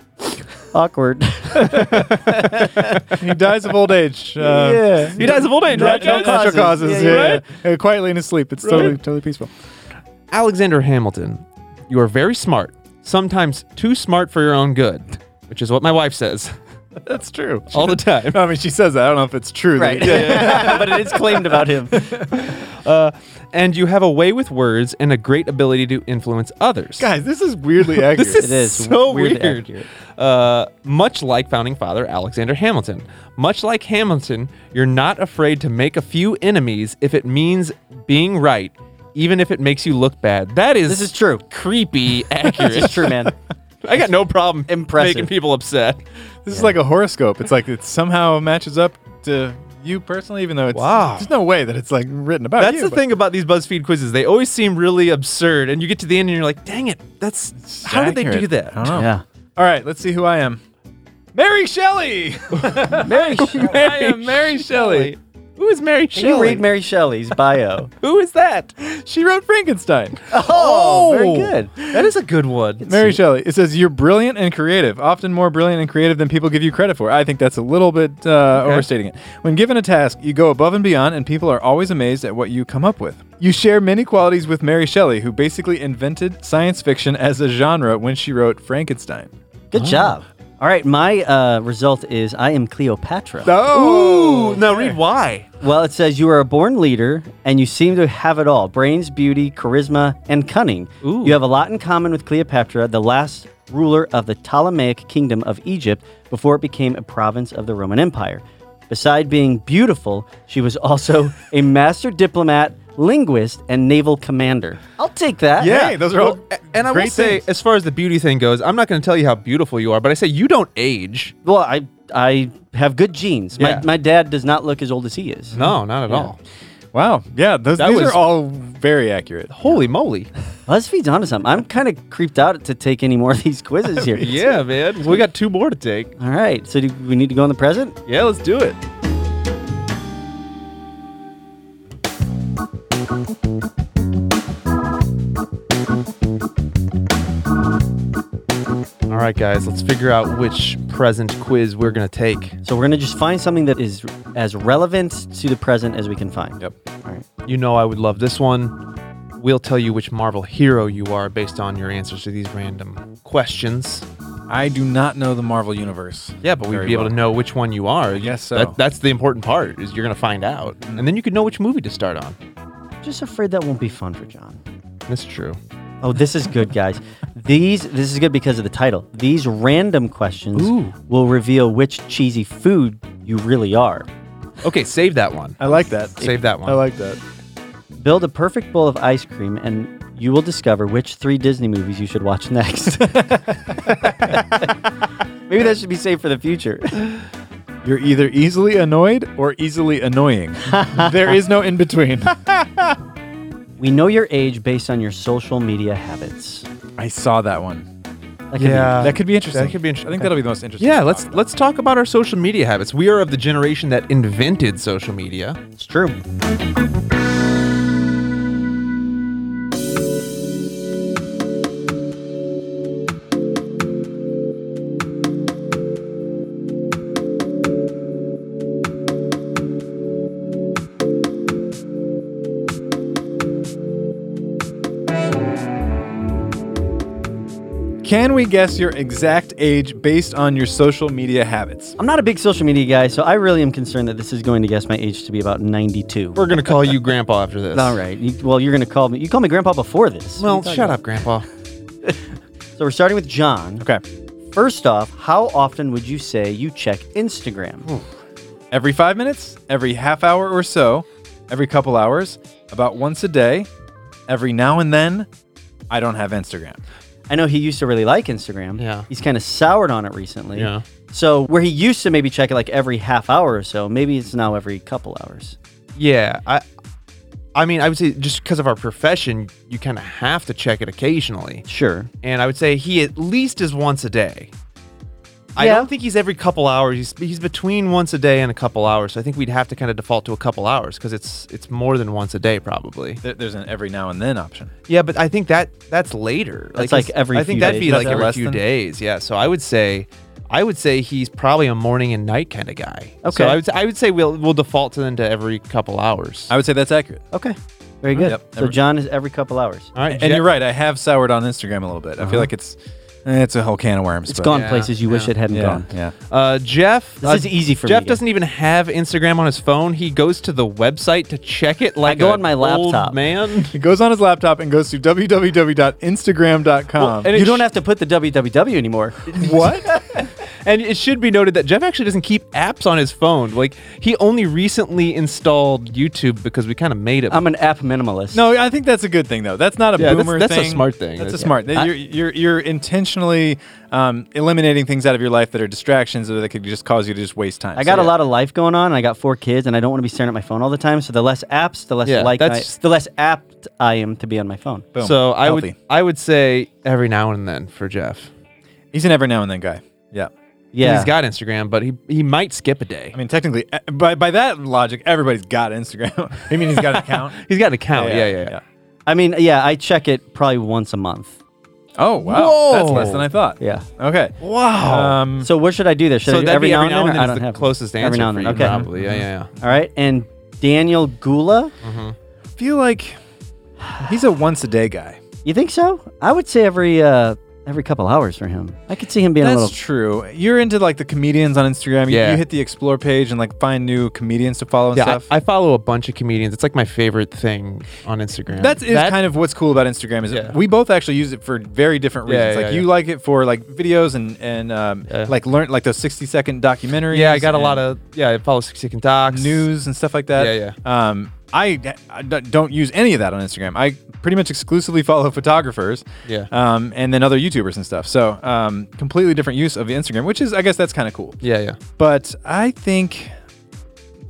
C: Awkward.
A: he dies of old age. Uh,
C: yeah.
B: He dies of old age,
A: No, no natural causes.
C: Yeah,
A: Yeah,
C: you're
A: yeah. Uh, quietly in his sleep. It's totally totally peaceful.
B: Alexander Hamilton, you are very smart, sometimes too smart for your own good, which is what my wife says
A: That's true.
B: all the time.
A: I mean, she says that. I don't know if it's true. that-
C: Right. but it is claimed about him.
B: And you have a way with words and a great ability to influence others.
A: Guys, this is weirdly accurate.
B: This is,
C: It is
B: so
C: weirdly
B: weird.
C: accurate.
B: Uh, much like founding father Alexander Hamilton. Much like Hamilton, you're not afraid to make a few enemies if it means being right, even if it makes you look bad. That is
C: This is true.
B: creepy accurate.
C: It's true, man.
B: I got no problem
C: Impressive.
B: making people upset.
A: This is like a horoscope. It's like it somehow matches up to you personally, even though it's
B: Wow.
A: there's no way that it's like written about
B: That's
A: you.
B: the
A: but-
B: thing about these BuzzFeed quizzes. They always seem really absurd, and you get to the end and you're like, dang it, that's
A: It's
B: how did they do
A: accurate.
B: that?
A: I don't know.
C: Yeah.
A: All right, let's see who I am. Mary Shelley.
B: Oh.
C: Mary, Shelley.
A: I am Mary Shelley.
B: Who is Mary
C: Can you
B: Shelley?
C: read Mary Shelley's bio?
B: Who is that?
A: She wrote Frankenstein.
C: Oh, very good.
B: That is a good one.
A: Mary Shelley. It says you're brilliant and creative, often more brilliant and creative than people give you credit for. I think that's a little bit uh, overstating it. When given a task, you go above and beyond, and people are always amazed at what you come up with. You share many qualities with Mary Shelley, who basically invented science fiction as a genre when she wrote Frankenstein.
C: Good
B: Oh.
C: job. All right, my uh, result is I am Cleopatra.
A: Oh,
B: Ooh, now read why.
C: Well, it says you are a born leader and you seem to have it all brains, beauty, charisma, and cunning.
B: Ooh.
C: You have a lot in common with Cleopatra, the last ruler of the Ptolemaic kingdom of Egypt before it became a province of the Roman Empire. Beside being beautiful, she was also a master diplomat, linguist, and naval commander. I'll take that.
A: Yeah, those are all.
B: A- And I will
A: Oh, great
B: say,
A: things.
B: as far as the beauty thing goes, I'm not going to tell you how beautiful you are, but I say you don't age.
C: Well, I I have good genes.
B: Yeah.
C: My, my dad does not look as old as he is.
B: No, not at all.
A: wow, yeah, those
B: That
A: these
B: was-
A: are all very accurate.
B: Holy moly.
C: BuzzFeed's onto something. I'm kind of creeped out to take any more of these quizzes here.
B: yeah, man. We got two more to take.
C: All right. So do we need to go in the present?
B: Yeah, let's do it. All right, guys, let's figure out which present quiz we're going to take.
C: So we're gonna just find something that is as relevant to the present as we can find.
A: Yep.
C: All right.
B: You know, I would love this one. We'll tell you which Marvel hero you are based on your answers to these random questions.
A: I do not know the Marvel universe.
B: Yeah, but we'd
A: Very
B: be able
A: well.
B: to know which one you are.
A: guess so. Mm-hmm.
B: That, that's the important part is you're going to find out, and then you could know which movie to start on.
C: Just afraid that won't be fun for John.
B: That's true.
C: Oh, this is good, guys. These this is good because of the title. These random questions
B: Ooh.
C: will reveal which cheesy food you really are.
B: Okay, save that one.
A: I like that.
B: Save that one.
A: I like that.
C: Build a perfect bowl of ice cream and you will discover which three Disney movies you should watch next. Maybe that should be saved for the future.
A: You're either easily annoyed or easily annoying. there is no in between.
C: We know your age based on your social media habits.
A: I saw that one.
C: That could be-
B: Yeah.
A: That could be interesting.
B: That could be interesting.
A: I think that'll be the most interesting.
B: yeah,
A: to
B: let's
A: talk
B: let's talk about our social media habits. We are of the generation that invented social media.
C: it's true.
A: about. Can we guess your exact age based on your social media habits?
C: I'm not a big social media guy, so I really am concerned that this is going to guess my age to be about 92.
B: We're gonna call you grandpa after this.
C: All right. You, well, you're going to call me. You called me grandpa before this.
B: Well, shut up, grandpa.
C: So we're starting with John.
A: Okay.
C: First off, how often would you say you check Instagram?
A: Every five minutes, every half hour or so, every couple hours, about once a day, every now and then. I don't have Instagram.
C: I know he used to really like Instagram.
B: Yeah.
C: He's kind of soured on it recently.
B: Yeah.
C: So where he used to maybe check it like every half hour or so, maybe it's now every couple hours.
B: Yeah, I, I mean, I would say just because of our profession, you kind of have to check it occasionally,
C: Sure.
B: and I would say he at least is once a day. I
C: Yeah.
B: don't think he's every couple hours. He's he's between once a day and a couple hours. So I think we'd have to kind of default to a couple hours because it's it's more than once a day probably.
A: There, there's an every now and then option.
B: Yeah, but I think that that's later.
C: That's like
B: it's-
C: every
B: I think
C: few
B: that'd
C: days.
B: be
C: Is
B: like
A: that
B: every
A: less
B: few
A: than-
B: days. Yeah. So I would say, I would say he's probably a morning and night kind of guy.
C: Okay.
B: So I would I would say we'll we'll default to them to every couple hours.
A: I would say that's accurate.
C: Okay. Very good.
A: Yep.
C: so John is every couple hours.
B: All right.
A: And
B: Jack-
A: you're right. I have soured on Instagram a little bit. I feel like it's eh, it's a whole can of worms.
C: It's
A: but-
C: gone
B: Yeah,
C: places you wish
B: yeah.
C: it hadn't
A: Yeah,
C: gone.
A: yeah.
B: Uh, Jeff.
C: This
B: uh,
C: is easy for me,
B: Jeff
C: guys.
B: doesn't even have Instagram on his phone. He goes to the website to check it. Like
C: go
B: a
C: on my
B: old
C: laptop.
B: man.
A: He goes on his laptop and goes to www.instagram.com.
B: and it
C: you don't
B: sh-
C: have to put the www anymore.
A: what?
B: And it should be noted that Jeff actually doesn't keep apps on his phone. Like he only recently installed YouTube because we kind of made it.
C: I'm an app minimalist.
A: no, I think that's a good thing though. That's not a
B: Yeah, that's-
A: boomer
B: that's a
A: thing.
B: smart thing.
A: That's a
B: Yeah.
A: smart. You're, you're you're intentionally um, eliminating things out of your life that are distractions or that could just cause you to just waste time.
C: I got
A: So,
C: a lot of life going on. And I got four kids, and I don't want to be staring at my phone all the time. So the less apps, the less
B: Yeah,
C: like I,
B: that's-
C: the less apt I am to be on my phone.
A: Boom.
B: so I would
A: Healthy.
B: I would say every now and then for Jeff.
A: He's an every now and then guy. Yeah.
C: Yeah,
B: He's got Instagram, but he he might skip a day.
A: I mean, technically, eh, by by that logic, everybody's got Instagram. I mean, he's got an account.
B: He's got an account. Oh, Yeah, yeah, yeah.
C: I mean, yeah, I check it probably once a month.
A: Oh wow, that's less than I thought.
C: Yeah.
A: Okay. Wow. Um,
C: So what should I do there? Should
B: Mm. So
C: I do
B: that'd
C: every,
B: be
C: now
B: every
C: and then? or I
B: is
C: don't
B: the
C: have
B: closest answer
C: every now and
B: for
C: then.
B: you,
C: Okay. Mm-hmm.
B: probably. Yeah, yeah, yeah.
C: All right, and Daniel Gula.
A: feel like he's a once a day guy.
C: You think so? I would say every uh, every couple hours for him. I could see him being
A: That's
C: a little.
A: true. You're into like the comedians on Instagram. You,
B: Yeah.
A: you hit the explore page and like find new comedians to follow and
B: Yeah,
A: stuff.
B: I, I follow a bunch of comedians. It's like my favorite thing on Instagram.
A: that is
B: That-
A: kind of what's cool about Instagram is
B: Yeah.
A: we both actually use it for very different
B: Yeah,
A: reasons.
B: yeah,
A: like
B: yeah.
A: you like it for like videos and and um,
B: Yeah.
A: like learn like those 60 second documentaries.
B: Yeah, I got a lot
A: and
B: of yeah. I follow Six Second Docs.
A: news and stuff like that. yeah.
B: Yeah,
A: Um, I, I d- don't use any of that on Instagram. I pretty much exclusively follow photographers.
B: Yeah.
A: Um, and then other YouTubers and stuff. So um, completely different use of the Instagram, which is I guess that's kind of cool.
B: Yeah, yeah.
A: but I think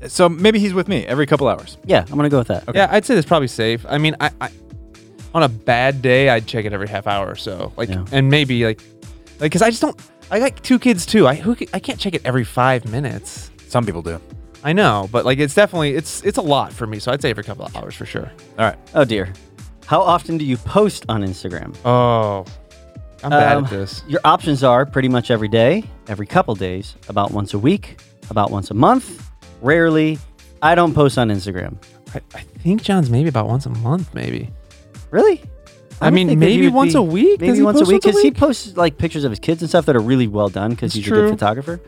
A: so. Maybe he's with me every couple hours.
C: Yeah, I'm gonna go with that.
B: Yeah, I'd say that's probably safe. I mean, I, I on a bad day, I'd check it every half hour or so, like,
C: Yeah.
B: and maybe like, like, cause I just don't. I got two kids too. I who ca- I can't check it every five minutes.
A: Some people do. All
B: I know, but like, it's definitely it's it's a lot for me. So I'd say every couple of hours for sure.
A: right.
C: Oh dear. How often do you post on Instagram?
B: Oh, I'm bad
C: Um,
B: at this.
C: Your options are pretty much every day, every couple days, about once a week, about once a month, rarely. I don't post on Instagram.
B: I, I think John's maybe about once a month, maybe.
C: Really?
B: I
C: don't
B: mean,
C: think that he
B: maybe
C: would
B: once a week? Does
C: Maybe
B: he
C: once a
B: post once
C: week
B: a
C: because he
B: week?
C: posts like pictures of his kids and stuff that are really well done because
B: That's
C: he's a
B: true.
C: good photographer.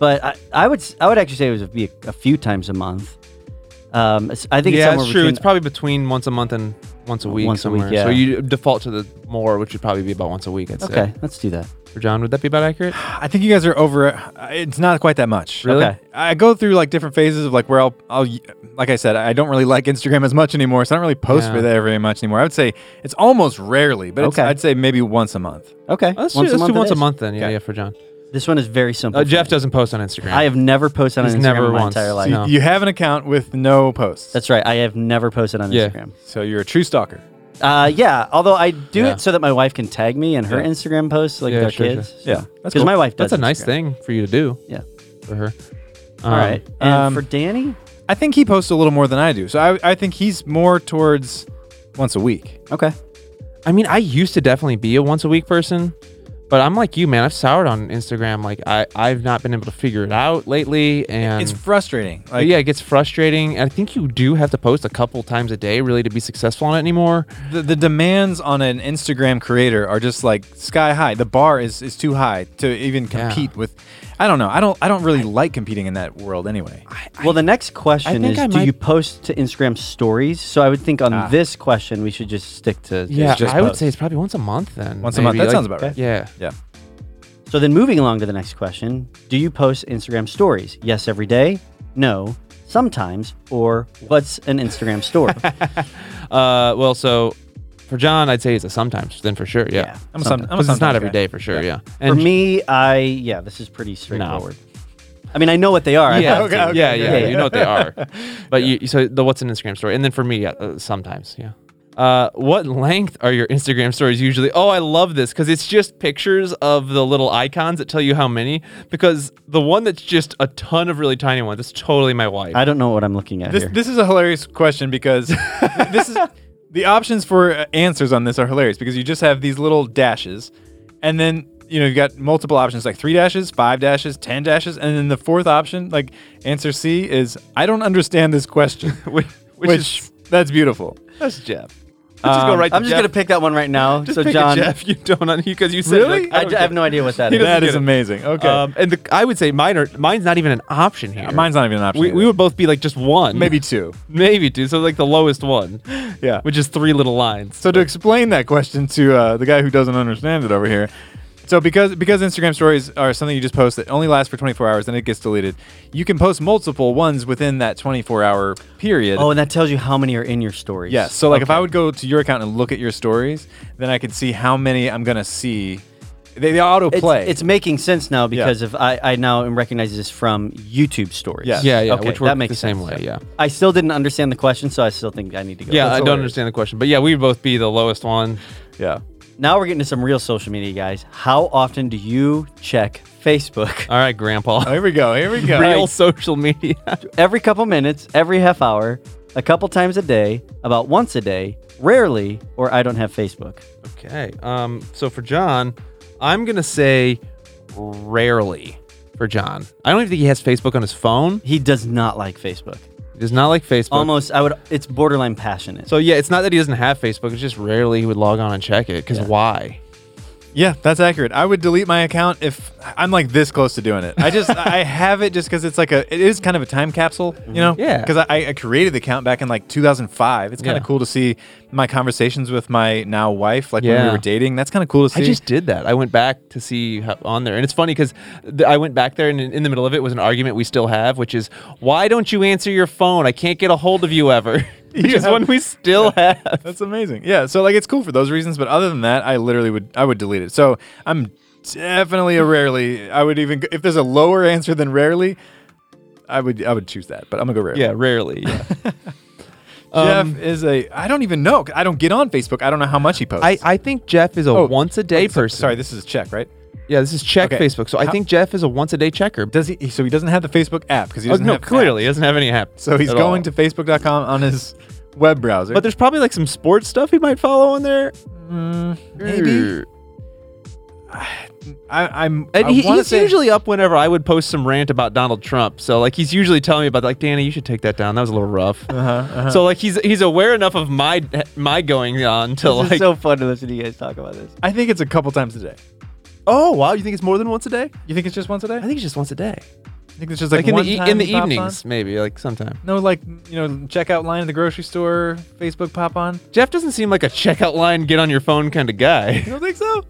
C: But I, I would s- I would actually say it would be a, a few times a month. Um, it's- I think
B: yeah,
C: it's
B: it's
C: somewhere
B: true.
C: between
B: It's probably between once a month and once a week
C: Once a week,
B: somewhere.
C: yeah.
B: So you default to the more, which would probably be about once a week. I'd
C: okay.
B: say.
C: Let's do that.
B: For John, would that be about accurate?
A: I think you guys are over. uh, It's not quite that much.
B: Really?
C: Okay.
A: I go through like different phases of like where I'll, I'll, like I said, I don't really like Instagram as much anymore, so I don't really post
B: Yeah.
A: for that very much anymore. I would say it's almost rarely, but it's,
C: Okay.
A: I'd say maybe once a month.
C: Okay,
B: Let's
C: once
B: do,
C: a
B: let's
C: month.
B: do
C: it
B: once a
C: is.
B: month then. Yeah,
A: Okay.
B: yeah, for John.
C: This one is very simple.
B: Uh,
C: for
B: Jeff
C: me.
B: doesn't post on Instagram.
C: I have never posted on
B: He's
C: Instagram
B: never
C: in my
B: once.
C: entire
B: You-
C: life.
B: No.
A: You have an account with no posts.
C: That's right. I have never posted on
B: Yeah.
C: Instagram.
A: so you're a true stalker.
C: Uh, yeah. Although I do
B: Yeah.
C: it so that my wife can tag me in her
A: Yeah.
C: Instagram posts, like
B: Yeah,
C: their
B: sure, sure.
C: kids.
A: Yeah, that's
C: Because my wife does.
B: That's a nice
C: Instagram.
B: thing for you to do
C: Yeah.
B: for her.
C: All right. And
A: um,
C: for Danny.
A: I think he posts a little more than I do, so I, I think he's more towards once a week.
C: Okay.
B: I mean, I used to definitely be a once a week person, but I'm like you, man. I've soured on Instagram. Like I, I've not been able to figure it out lately, and
A: It's frustrating. Like,
B: yeah, it gets frustrating. And I think you do have to post a couple times a day really to be successful on it anymore.
A: the, the demands on an Instagram creator are just like sky high. The bar is is too high to even compete with. I don't know. I don't. I don't really like competing in that world anyway.
C: Well, the next question
B: think
C: is:
B: I
C: Do
B: might- Ah.
C: you post to Instagram stories? So I would think on this question we should just stick to.
B: Yeah,
A: just
B: I would
A: post.
B: say it's probably once a month then.
A: Once a month. That
B: maybe, like-
A: sounds about right.
B: Yeah.
A: Yeah.
C: So then, moving along to the next question: Do you post Instagram stories? Yes, every day. No, sometimes. Or what's an Instagram story?
B: Uh, well, so for John, I'd say it's a sometimes then for sure. Yeah.
C: Yeah,
A: I'm a some, I'm a
B: Because it's not
A: sometimes
B: every
A: guy.
B: day for sure. Yeah.
C: for
B: And
C: me, I yeah, this is pretty straightforward. I mean, I know what they are. I
B: yeah,
C: have
A: okay,
C: to.
A: okay,
B: yeah,
A: okay,
B: yeah,
C: okay.
B: You know what they are, but you so the what's an Instagram story, and then for me, uh, uh, sometimes, yeah. Uh, what length are your Instagram stories usually? Oh, I love this because it's just pictures of the little icons that tell you how many. Because the one that's just a ton of really tiny ones, that's totally my wife.
C: I don't know what I'm looking at
A: This
C: here.
A: this is a hilarious question because this is the options for uh, answers on this are hilarious because you just have these little dashes, and then you know you've got multiple options like three dashes, five dashes, ten dashes, and then the fourth option, like answer C, is I don't understand this question,
B: which,
A: which,
B: which is
A: that's beautiful.
B: that's Jeff. Let's just go right to
C: Um, I'm just
B: Jeff.
C: gonna pick that one right now.
B: Just
C: so
B: pick a
C: John,
B: Jeff, you don't because you said
A: Really?
B: like,
C: I,
B: I,
C: I
B: don't get
C: have no idea what that is.
A: That is
B: get it.
A: amazing. Okay,
B: Um, and the, I would say mine are, mine's not even an option here.
A: mine's not even an option.
B: We, we
A: either.
B: would both be like just one,
A: maybe two.
B: maybe two. So like the lowest one,
A: Yeah.
B: which is three little lines.
A: So to explain that question to uh, the guy who doesn't understand it over here, so because because Instagram stories are something you just post that only lasts for 24 hours and it gets deleted, you can post multiple ones within that 24 hour period.
C: Oh, and that tells you how many are in your stories.
A: yes. So like if
C: Okay.
A: I would go to your account and look at your stories, then I could see how many I'm gonna see. They, they auto
C: it's,
A: play.
C: it's making sense now because of I, I now am recognizing this from YouTube stories.
A: Yes.
B: Yeah, yeah,
C: Okay,
B: which
C: that
B: works
C: makes
B: the same
C: sense.
B: way. Yeah,
C: I still didn't understand the question, so I still think I need to go.
B: yeah. I
C: That's
B: don't
C: hilarious.
B: understand the question, but yeah, we'd both be the lowest one.
A: yeah.
C: Now we're getting to some real social media, guys. How often do you check Facebook?
B: All right, Grandpa.
A: Oh, here we go. Here we go.
B: Real social media.
C: Every couple minutes, every half hour, a couple times a day, about once a day, rarely, or I don't have Facebook.
B: okay. Um. So for John, I'm gonna say rarely. For John, I don't even think he has Facebook on his phone.
C: He does not like Facebook.
B: He does not like Facebook.
C: Almost, I would. It's borderline passionate.
B: So yeah, it's not that he doesn't have Facebook. It's just rarely he would log on and check it. Cause why?
A: Yeah, that's accurate. I would delete my account if I'm like this close to doing it. I just I have it just because it's like a it is kind of a time capsule, you know?
B: Mm-hmm. Yeah.
A: Because I, I created the account back in like 2005. It's kind of
B: Yeah.
A: cool to see my conversations with my now wife, like when we
B: Yeah.
A: were dating. That's kind of cool to see.
B: I just did that. I went back to see how, on there, and it's funny because th- I went back there, and in, in the middle of it was an argument we still have, which is why don't you answer your phone? I can't get a hold of you ever. which is
A: Yeah.
B: one we still have.
A: That's amazing. Yeah. So like it's cool for those reasons, but other than that, I literally would I would delete it. So I'm definitely a rarely. I would even if there's a lower answer than rarely, I would I would choose that. But I'm gonna go rarely.
B: Yeah, rarely. Yeah. Um,
A: Jeff is a I don't even know. I don't get on Facebook. I don't know how much he posts.
B: I, I think Jeff is a
A: Oh,
B: once a day
A: wait, so-
B: person.
A: Sorry, this is a check, right?
B: yeah, this is check
A: Okay.
B: Facebook. So I
A: How-
B: think Jeff is a once a day checker.
A: Does he? So he doesn't have the Facebook app because he
B: Oh,
A: doesn't
B: no,
A: have
B: clearly he
A: apps.
B: doesn't have any app.
A: So he's
B: at
A: going to
B: all.
A: Facebook.com on his web browser.
B: But there's probably like some sports stuff he might follow on there.
A: Mm, maybe. I, I'm.
B: And
A: I
B: he,
A: wanna
B: he's
A: say-
B: usually up whenever I would post some rant about Donald Trump. So like he's usually telling me about like Danny, you should take that down. That was a little rough.
A: uh,
B: So like he's he's aware enough of my my going on to
C: This
B: like
C: is so fun to listen to you guys talk about this.
A: I think it's a couple times a day.
B: oh wow you think it's more than once a day?
A: You think it's just once a day?
B: I think it's just once a day.
A: I think it's just
B: Like,
A: like,
B: in
A: one
B: the e-
A: time
B: in the
A: he pops on.
B: evenings maybe like sometime.
A: No, like you know, checkout line at the grocery store. Facebook pop on.
B: Jeff doesn't seem like a checkout line get on your phone kind of
A: You
B: guy.
A: don't think so?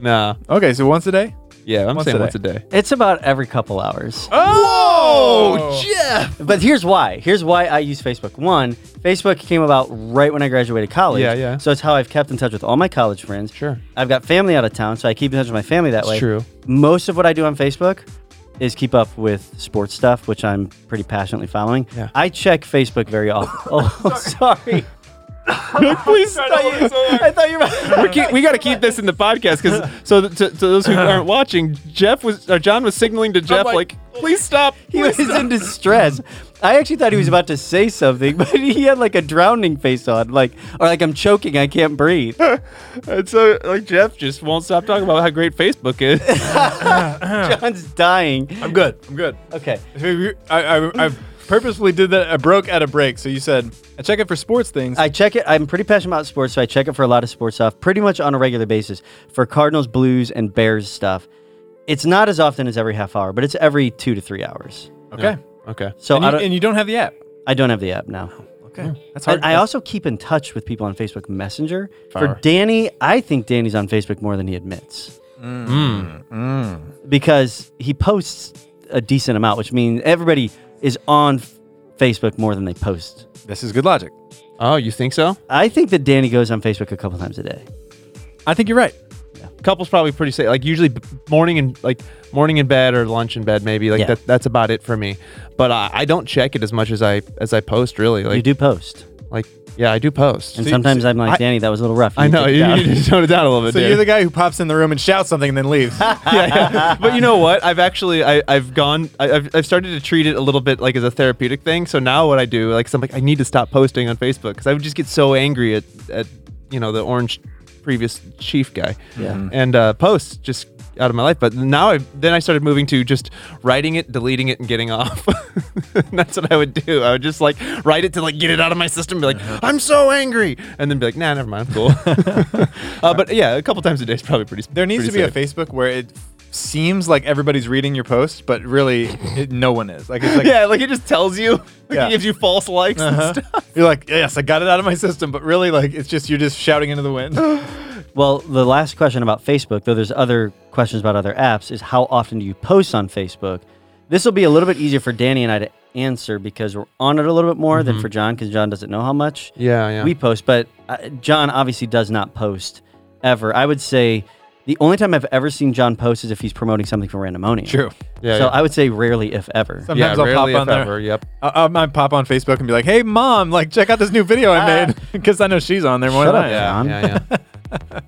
B: nah.
A: Okay, so once a day.
B: Yeah, I'm
A: Once
B: saying
A: a
B: once a
A: day.
B: day.
C: It's about every couple hours.
A: Oh,
B: Jeff.
C: But here's why. Here's why I use Facebook. One, Facebook came about right when I graduated college.
B: Yeah, yeah.
C: So it's how I've kept in touch with all my college friends.
B: Sure.
C: I've got family out of town, so I keep in touch with my family that
B: It's
C: way.
B: true.
C: Most of what I do on Facebook is keep up with sports stuff, which I'm pretty passionately following.
B: Yeah.
C: I check Facebook very often. Oh, sorry. Oh,
B: Please stop.
C: I thought you were.
B: we keep, we got to keep this in the podcast because so th- to, to those who aren't watching, Jeff was or John was signaling to Jeff
A: like,
B: like, please stop.
C: He was in distress. I actually thought he was about to say something, but he had like a drowning face on, like or like I'm choking, I can't breathe.
B: And so like Jeff just won't stop talking about how great Facebook is.
C: John's dying.
A: I'm good. I'm good.
C: Okay.
A: I, I, I purposefully did that. I broke at a break. So you said I check it for sports things.
C: I check it. I'm pretty passionate about sports, so I check it for a lot of sports stuff, pretty much on a regular basis for Cardinals, Blues, and Bears stuff. It's not as often as every half hour, but it's every two to three hours.
A: okay.
B: okay.
C: So
A: and,
C: I
A: you,
C: don't.
A: and you don't have the app.
C: I don't have the app now.
A: Okay, that's hard.
C: And I also keep in touch with people on Facebook Messenger. For
B: Fire.
C: Danny, I think Danny's on Facebook more than he admits.
A: Mm.
C: Because he posts a decent amount, which means everybody is on F- Facebook more than they post.
A: this is good logic.
B: Oh, you think so?
C: I think that Danny goes on Facebook a couple times a day.
A: I think you're right.
B: Couples probably pretty safe. Like usually b- morning and like morning in bed or lunch in bed maybe. Like
C: Yeah.
B: that, that's about it for me. But I, I don't check it as much as I as I post really. Like
C: you do post.
B: Like, yeah, I do post.
C: And sometimes I'm like, Danny, that was a little rough.
B: I know you,
C: You took it
B: you
C: down."
B: just toned it down a little bit.
A: So
B: dude.
A: you're the guy who pops in the room and shouts something and then leaves.
B: yeah, yeah. But you know what? I've actually I, I've gone I, I've, I've started to treat it a little bit like as a therapeutic thing. So now what I do like 'cause I'm like I need to stop posting on Facebook because I would just get so angry at at you know the orange previous chief guy.
C: Yeah.
A: Mm-hmm.
C: Mhm.
B: And uh, posts just out of my life. But now I then I started moving to just writing it, deleting it, and getting off. And That's what I would do. I would just like write it to like get it out of my system. Be like I'm so angry, and then be like Nah, never mind. I'm cool. uh, but yeah, a couple times a day is probably pretty.
A: There needs
B: pretty
A: to be
B: safe.
A: a Facebook where it seems like everybody's reading your post, but really it, no one is. Like it's like
B: yeah, like Uh-huh. it just tells you. Like
A: Yeah.
B: It gives you false likes and stuff.
A: you're like, yes, I got it out of my system, but really like it's just you're just shouting into the wind.
C: Well, the last question about Facebook, though there's other questions about other apps, is how often do you post on Facebook? This will be a little bit easier for Danny and I to answer because we're on it a little bit more than for John because John doesn't know how much
B: Mm-hmm. Yeah, yeah.
C: we post. But uh, John obviously does not post ever. I would say the only time I've ever seen John post is if he's promoting something for Randomonia.
A: True.
B: yeah,
C: so
B: yeah.
C: I would say rarely, if ever.
A: Sometimes I'll
B: rarely
A: pop on
B: if
A: there.
B: ever, Yep.
A: I, I might pop on Facebook and be like, hey mom, like check out this new video I made because I know she's on there more
C: Shut
A: than
C: up,
A: I am.
C: John.
B: Ah. Yeah, yeah.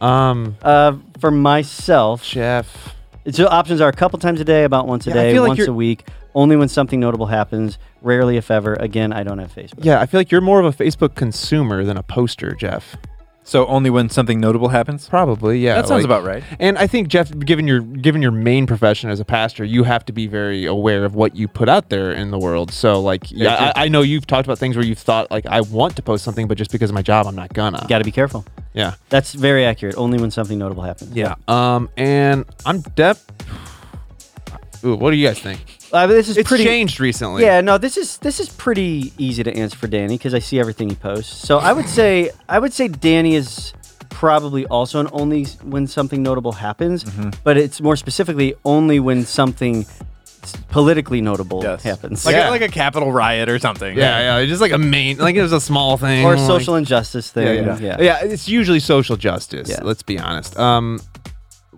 B: um,
C: Uh, for myself,
B: Jeff.
C: So options are a couple times a day, about once a
B: I
C: day,
B: feel like
C: once
B: you're-
C: a week, only when something notable happens, rarely if ever. Again, I don't have Facebook.
B: Yeah, I feel like you're more of a Facebook consumer than a poster, Jeff.
A: So only when something notable happens?
B: Probably, yeah.
A: That sounds
B: like-
A: about right.
B: And I think Jeff, given your given your main profession as a pastor, you have to be very aware of what you put out there in the world. So, like, yeah, I, I know you've talked about things where you've thought like I want to post something, but just because of my job, I'm not gonna.
C: Got to be careful.
B: Yeah.
C: That's very accurate. Only when something notable happens.
B: Yeah. Um, and I'm Dep. Ooh, what do you guys think?
C: Uh, but this is
B: It's
C: pretty
B: changed recently.
C: Yeah, no, this is this is pretty easy to answer for Danny because I see everything he posts. So I would say I would say Danny is probably also an only s- when something notable happens,
B: Mm-hmm.
C: but it's more specifically only when something s- politically notable
A: Yes.
C: happens.
A: Like, a,
B: Yeah.
A: like a capital riot or something.
B: Yeah, yeah. It's just like a main, like it was a small thing,
C: or a
B: like-
C: social injustice thing.
B: Yeah, yeah. yeah, It's usually social justice.
C: Yeah.
B: Let's be honest. Um,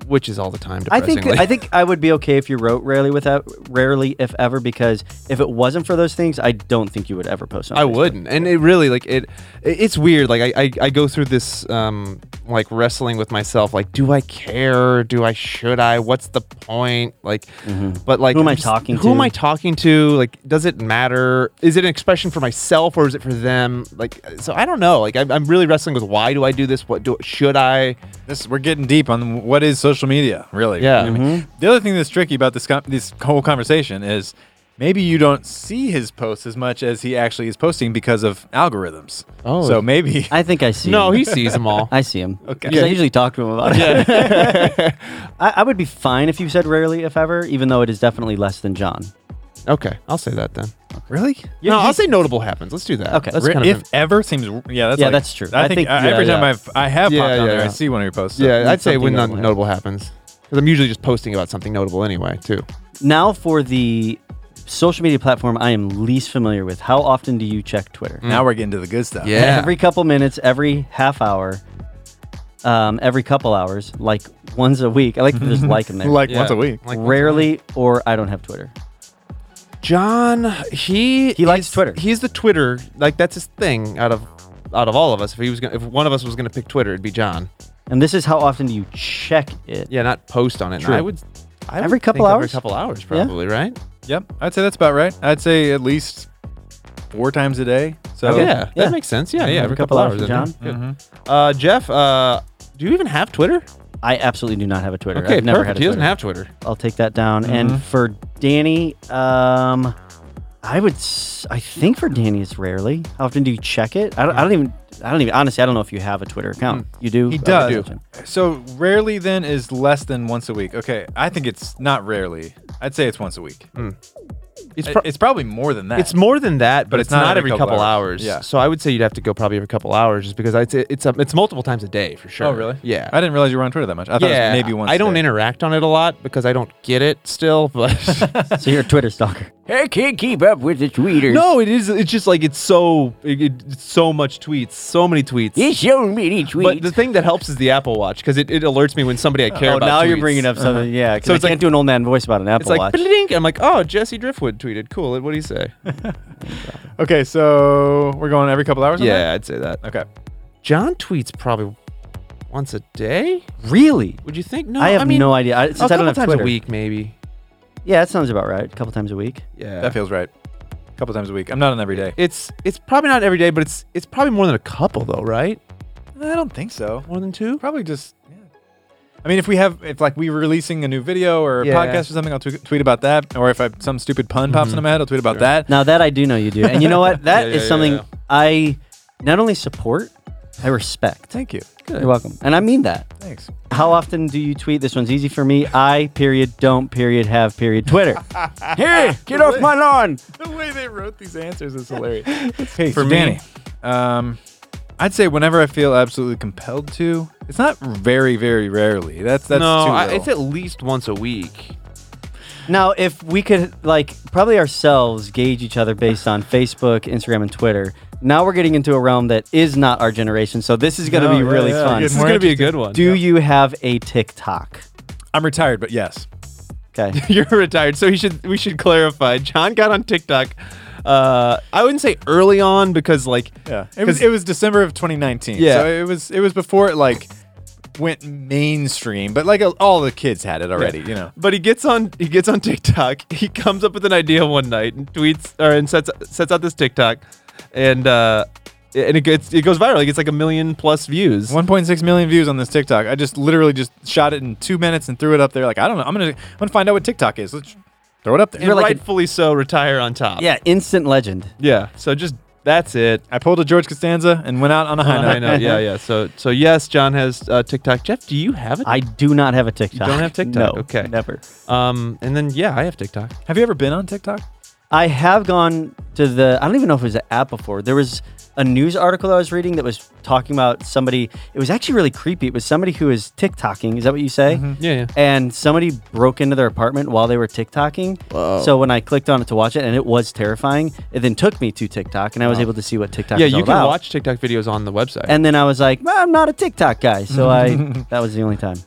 B: which is all the time.
C: I think
B: depressingly.
C: I think I would be okay if you wrote rarely without rarely if ever because if it wasn't for those things, I don't think you would ever post on.
B: I
C: Facebook.
B: wouldn't. And it really like it. it- It's weird. Like I, I, I go through this um like wrestling with myself. Like, do I care? Do I should I? What's the point? Like, but like,
C: Mm-hmm. Who am
B: I'm
C: I talking
B: Who am
C: to?
B: I talking to? Like, does it matter? Is it an expression for myself or is it for them? Like, so I don't know. Like, I'm, I'm really wrestling with why do I do this? What do should I?
A: This we're getting deep on what is social media, really.
B: Yeah.
A: I
C: Mm-hmm.
A: mean, The other thing that's tricky about this com- this whole conversation is maybe you don't see his posts as much as he actually is posting because of algorithms.
B: Oh.
A: So maybe
C: I think I see.
B: No,
C: him.
B: he sees them all.
C: I see him.
A: Okay.
C: Okay. I usually talk to him about it. I, I would be fine if you said rarely if ever, even though it is definitely less than John.
B: okay, I'll say that then.
A: really.
B: no, I'll say notable happens. Let's do that.
C: Okay.
B: That's
A: Re-
B: kind of
A: if
B: a-
A: ever seems yeah that's
C: Yeah,
A: like-
C: that's true.
A: I
C: I
A: think,
C: think-
A: I-
C: yeah,
A: every time
C: yeah.
A: I've I have
B: Yeah,
A: popped on
B: yeah,
A: there I
B: yeah.
A: see one of your posts. so-
B: yeah, I'd say
C: something
B: when
C: notable
B: notable, notable happens. Because I'm usually just posting about something notable anyway, too.
C: Now for the social media platform I am least familiar with. How often do you check Twitter?
A: now we're getting to the good stuff.
B: Mm, Yeah.
C: Every couple minutes, every half hour, um, every couple hours, like once a week. I like to just like them there.
A: like
B: Yeah.
A: once a week.
B: Like-
C: rarely, or I don't have Twitter.
B: John, he
C: He likes
B: he's-
C: Twitter.
B: He's the Twitter, like that's his thing. Out of out of all of us, if he was gonna, if one of us was gonna pick Twitter, it'd be John.
C: And this is how often do you check it?
B: Yeah, not post on it.
C: True.
B: I would. I would
C: Every couple
B: think
C: hours?
B: Every couple hours,
C: Yeah.
B: probably. Right.
A: Yep. I'd say that's about right. I'd say at least four times a day. So
B: Yeah, that
C: Yeah.
B: makes sense. Yeah, yeah.
C: Every
B: Every, couple,
C: couple
B: hours,
C: hours,
B: isn't it? Good. Uh, Jeff, uh, do you even have Twitter?
C: I absolutely do not have a Twitter.
B: Okay,
C: I've never
B: perfect.
C: had a
B: he
C: Twitter.
B: doesn't have Mm-hmm. Twitter.
C: I'll take that down. And for Danny, um, I would, s- I think for Danny it's rarely. How often do you check it? I don't, I don't even, I don't even, honestly, I don't know if you have a Twitter account.
B: Hmm.
C: You do?
A: He
C: I would
A: does.
C: imagine.
A: So rarely then is less than once a week. Okay, I think it's not rarely. I'd say it's once a week.
B: Hmm. It's
A: I-
B: pro-
A: it's probably more than that.
B: It's more than that, but, it's, not, every couple, hours.
A: Yeah.
B: So I would say you'd have to go probably every couple hours, just because it's it's um, it's multiple times a day for sure.
A: Oh really?
B: Yeah.
A: I didn't realize you were on Twitter that much. I thought
B: yeah.
A: it was maybe once.
B: I
A: a
B: don't
A: day.
B: interact on it a lot because I don't get it still, but
C: So you're a Twitter stalker.
F: I can't keep up with the tweeters.
B: No, it is. It's just like it's so it, it's so much tweets, so many tweets.
F: There's so many tweets.
B: But the thing that helps is the Apple Watch because it, it alerts me when somebody I care
C: Oh,
B: about.
C: now you're
B: tweets. Uh-huh.
C: bringing up something. Yeah,
B: So
C: so I
B: it's
C: can't
B: like-
C: do an old man voice about an Apple
B: It's like
C: Watch.
B: "Bling." I'm like, oh, Jesse Driftwood tweeted. Cool. What do you say?
A: Okay, so we're going every couple hours. on
B: yeah, I'd say that.
A: that? Okay.
B: John tweets probably once a day.
C: really?
B: Would you think? No,
C: I have
B: mean,
C: no idea. I, since
B: a
C: I don't
B: couple
C: have
B: times
C: Twitter.
B: a week, maybe.
C: Yeah, that sounds about right. A couple times a week.
B: Yeah.
A: That feels right. A couple times a week. I'm not on every day.
B: It's it's probably not every day, but it's it's probably more than a couple though, right?
A: I don't think so.
B: More than two.
A: Probably just. Yeah. I mean, if we have, if like we're releasing a new video or a
B: Yeah. Mm-hmm.
A: podcast or something, I'll tw- tweet about that. Or if I, some stupid pun pops into my head, I'll tweet about that.
C: Now that I do know you do, and you know what? That is
B: Yeah, yeah,
C: something
B: yeah.
C: I not only support, I respect.
A: Thank you.
C: You're welcome, and I mean that.
A: Thanks.
C: How often do you tweet? This one's easy for me. I period don't period have period Twitter.
B: Ah,
F: hey, get off my lawn.
A: The way they wrote these answers is hilarious. hey,
B: For
A: for
B: me-
A: Danny, um, I'd say whenever I feel absolutely compelled to, it's not very, very rarely. That's that's
B: no,
A: too
B: I,
A: little.
B: it's at least once a week.
C: Now, if we could, like, probably ourselves gauge each other based on Facebook, Instagram, and Twitter. Now we're getting into a realm that is not our generation, so this is going to
A: No,
C: be
A: yeah,
C: really
A: yeah,
C: fun.
A: It's
B: This is
A: more
B: gonna be a good one.
C: Do you have a TikTok?
A: I'm retired, but yes.
C: Okay.
B: you're retired, so we should we should clarify. John got on TikTok. Uh, I wouldn't say early on because like
A: Yeah, it was it was December of 2019.
B: Yeah.
A: so it was it was before it like went mainstream, but like all the kids had it already. You know,
B: But he gets on he gets on TikTok. He comes up with an idea one night and tweets or and sets sets out this TikTok, and uh, and it gets it goes viral. It gets like a million plus views.
A: 1.6 million views on this TikTok. I just literally just shot it in two minutes and threw it up there. Like I don't know. I'm gonna I'm gonna find out what TikTok is. Let's throw it up there.
B: and
C: You're like an-
B: rightfully so, retire on top.
C: Yeah, instant legend.
B: yeah. So just that's it.
A: I pulled a George Costanza and went out on a high note.
B: I know. Yeah, yeah. So so yes, John has uh, TikTok. Jeff, do you have it?
C: I do not have a TikTok.
B: don't have TikTok?
C: No,
B: Okay.
C: Never.
B: um, and then yeah, I have TikTok.
A: Have you ever been on TikTok?
C: I have gone to the. I don't even know if it was an app before. There was a news article I was reading that was talking about somebody. It was actually really creepy. It was somebody who is TikToking. Is that what you say?
B: Yeah, yeah.
C: And somebody broke into their apartment while they were TikToking. So when I clicked on it to watch it, and it was terrifying, it then took me to TikTok, and I was able to see what TikTok.
B: Yeah,
C: is
B: you
C: all
B: can
C: about.
B: watch TikTok videos on the website.
C: And then I was like, "Well, I'm not a TikTok guy, so I. That was the only time.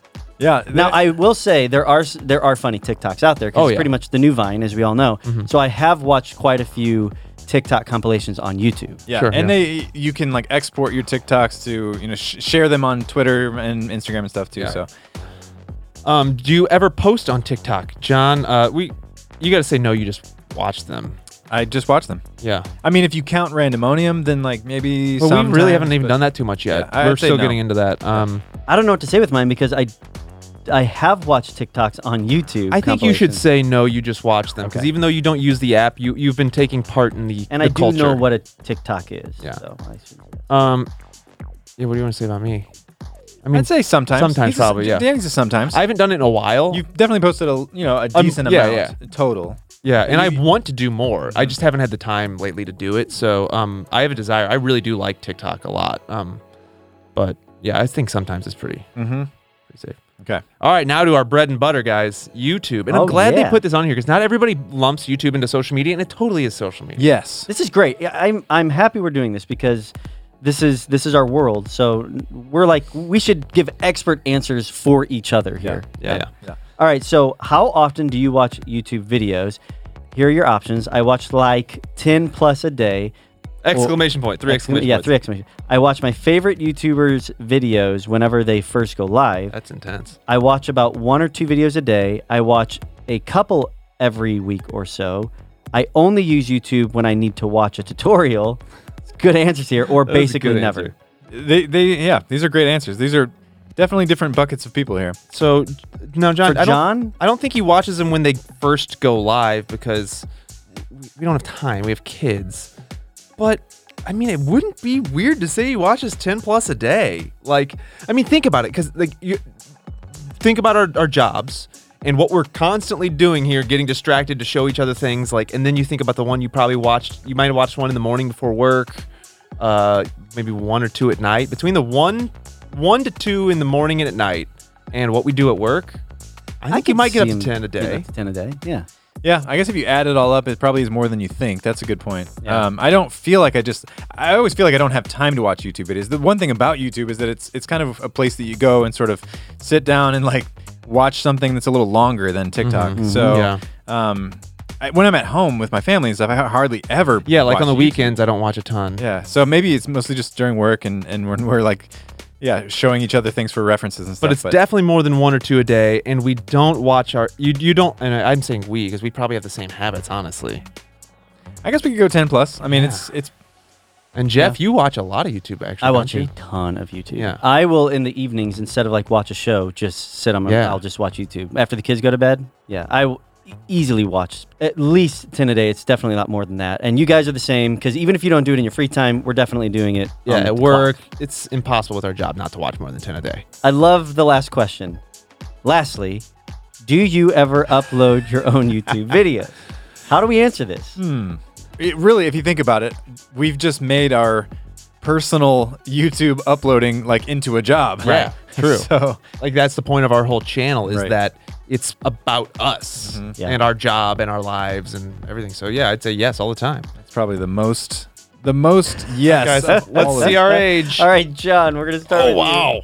A: Yeah.
C: Now
A: I,
C: I will say there are s- there are funny TikToks out there because
B: Oh,
C: it's
B: yeah. Mm-hmm.
C: pretty much the new Vine, as we all know. So I have watched quite a few TikTok compilations on YouTube.
A: yeah,
B: Sure.
A: and
B: Yeah.
A: they you can like export your TikToks to you know sh- share them on Twitter and Instagram and stuff too.
B: Yeah.
A: So
B: Um, do you ever post on TikTok, John? Uh, we, you got to say no. You just watch them.
A: I just watch them.
B: Yeah.
A: I mean, if you count randomonium, then like maybe.
B: But we really
A: sometimes,
B: haven't even
A: but-
B: done that too much yet.
A: Yeah, I-
B: We're
A: I'd say
B: still
A: no.
B: getting into that. Um,
C: I don't know what to say with mine because I I have watched TikToks on YouTube.
B: I think you should
C: compilations.
B: say no. You just watch them because even though you don't use the app, you you've been taking part in the
C: and
B: the
C: I do
B: culture.
C: know what a TikTok is.
B: Yeah.
C: So I should know that.
B: Um, yeah. What do you want to say about me? I mean,
A: I'd say sometimes.
B: Sometimes,
A: He's a-
B: probably, yeah.
A: Danny's a sometimes.
B: I haven't done it in a while.
A: You've definitely posted a you know a
B: Um,
A: decent
B: yeah,
A: amount total.
B: yeah, and I want to do more. I just haven't had the time lately to do it. So um, I have a desire. I really do like TikTok a lot. Um, but yeah, I think sometimes it's pretty
A: Mm-hmm.
B: pretty safe.
A: Okay.
B: All right, now to our bread and butter, guys. YouTube, and
C: Oh,
B: I'm glad they
C: yeah.
B: put this on here because not everybody lumps YouTube into social media, and it totally is social media.
A: Yes.
C: This is great. Yeah, I'm I'm happy we're doing this because this is this is our world. So we're like we should give expert answers for each other here.
B: Yeah, yeah.
C: All right. So, how often do you watch YouTube videos? Here are your options. I watch like 10 plus a day.
B: Exclamation point! Three
C: Exclam-
B: exclamation
C: yeah,
B: points.
C: three exclamation. I watch my favorite YouTubers' videos whenever they first go live.
B: That's intense.
C: I watch about one or two videos a day. I watch a couple every week or so. I only use YouTube when I need to watch a tutorial. Good answers here, or
B: was a
C: basically
B: good
C: never.
B: answer.
A: They they yeah. These are great answers. These are definitely different buckets of people here.
B: So, no, John.
C: For
B: I don't,
C: John?
B: I don't think he watches them when they first go live because we- we don't have time. We have kids. But I mean, it wouldn't be weird to say he watches ten plus a day. Like, I mean, think about it because like you think about our, our jobs and what we're constantly doing here getting distracted to show each other things like and then you think about the one you probably watched you might have watched one in the morning before work uh maybe one or two at night between the one one to two in the morning and at night and what we do at work i think you
C: could
B: might get up
C: see
B: to
C: him
B: 10 a
C: getting
B: day
C: up to 10 a day. Yeah.
A: Yeah, I guess if you add it all up, it probably is more than you think. That's a good point. Um, I don't feel like I just. I always feel like I don't have time to watch YouTube. It is the one thing about YouTube is that it's it's kind of a place that you go and sort of sit down and like watch something that's a little longer than TikTok. So,
B: Mm-hmm. Yeah.
A: um, I, when I'm at home with my family and stuff, I hardly ever.
B: Yeah, like on
A: watch
B: the
A: YouTube.
B: weekends, I don't watch a ton.
A: Yeah, so maybe it's mostly just during work and and when we're like, yeah, showing each other things for references and stuff.
B: But it's definitely more than one or two a day, and we don't watch our you you don't. And I- I'm saying we because we probably have the same habits, honestly.
A: I guess we could go ten plus. I mean, it's it's
B: And Jeff, you watch a lot of YouTube actually.
C: I
B: don't
C: watch
B: you?
C: a ton of YouTube.
B: Yeah.
C: I will in the evenings instead of like watch a show, just sit on my.
B: Yeah.
C: I'll just watch YouTube after the kids go to bed. Yeah, I will e- easily watch at least ten a day. It's definitely not more than that. And you guys are the same because even if you don't do it in your free time, we're definitely doing it.
B: Yeah,
C: on the
B: at
C: clock.
B: work, it's impossible with our job not to watch more than ten a day.
C: I love the last question. Lastly, do you ever upload your own YouTube videos? How do we answer this?
A: it really, if you think about it, we've just made our personal YouTube uploading like into a job.
B: Yeah, true.
A: So
B: Like that's the point of our whole channel is
A: Right.
B: that it's about us
C: Yeah.
B: and our job and our lives and everything. So yeah, I'd say yes all the time.
A: it's probably the most, the most yes.
B: Guys,
A: of all
B: let's
A: of
B: see
A: it.
B: our age.
C: All right, John, we're gonna start. with you. Oh,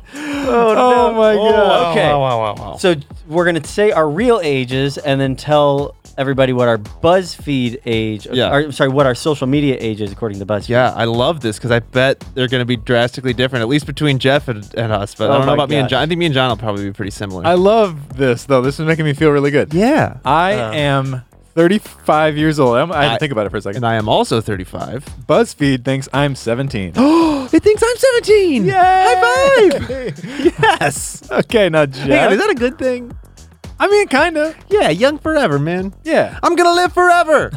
C: no.
A: my
B: Oh, wow,
C: Okay.
B: wow, wow, wow, wow.
C: So we're gonna say our real ages and then tell everybody what our BuzzFeed age.
B: Yeah.
C: Or, sorry, what our social media age is according to BuzzFeed.
B: Yeah, I love this because I bet they're going to be drastically different, at least between Jeff and, and us. But
C: Oh
B: I don't know
C: my
B: about me and
C: gosh.
B: John. I think me and John will probably be pretty similar.
A: I love this though. This is making me feel really good.
B: yeah. Uh.
A: I
C: Um,
A: am 35 years old. I'm, I had
B: I-
A: to think about it for a second.
B: And I am also 35.
A: BuzzFeed thinks I'm 17.
B: It thinks I'm 17. High five. yes.
A: okay, now Jeff.
B: Hang on, is that a good thing?
A: I mean, kind of.
B: Yeah, young forever, man.
A: Yeah.
B: I'm going to live forever.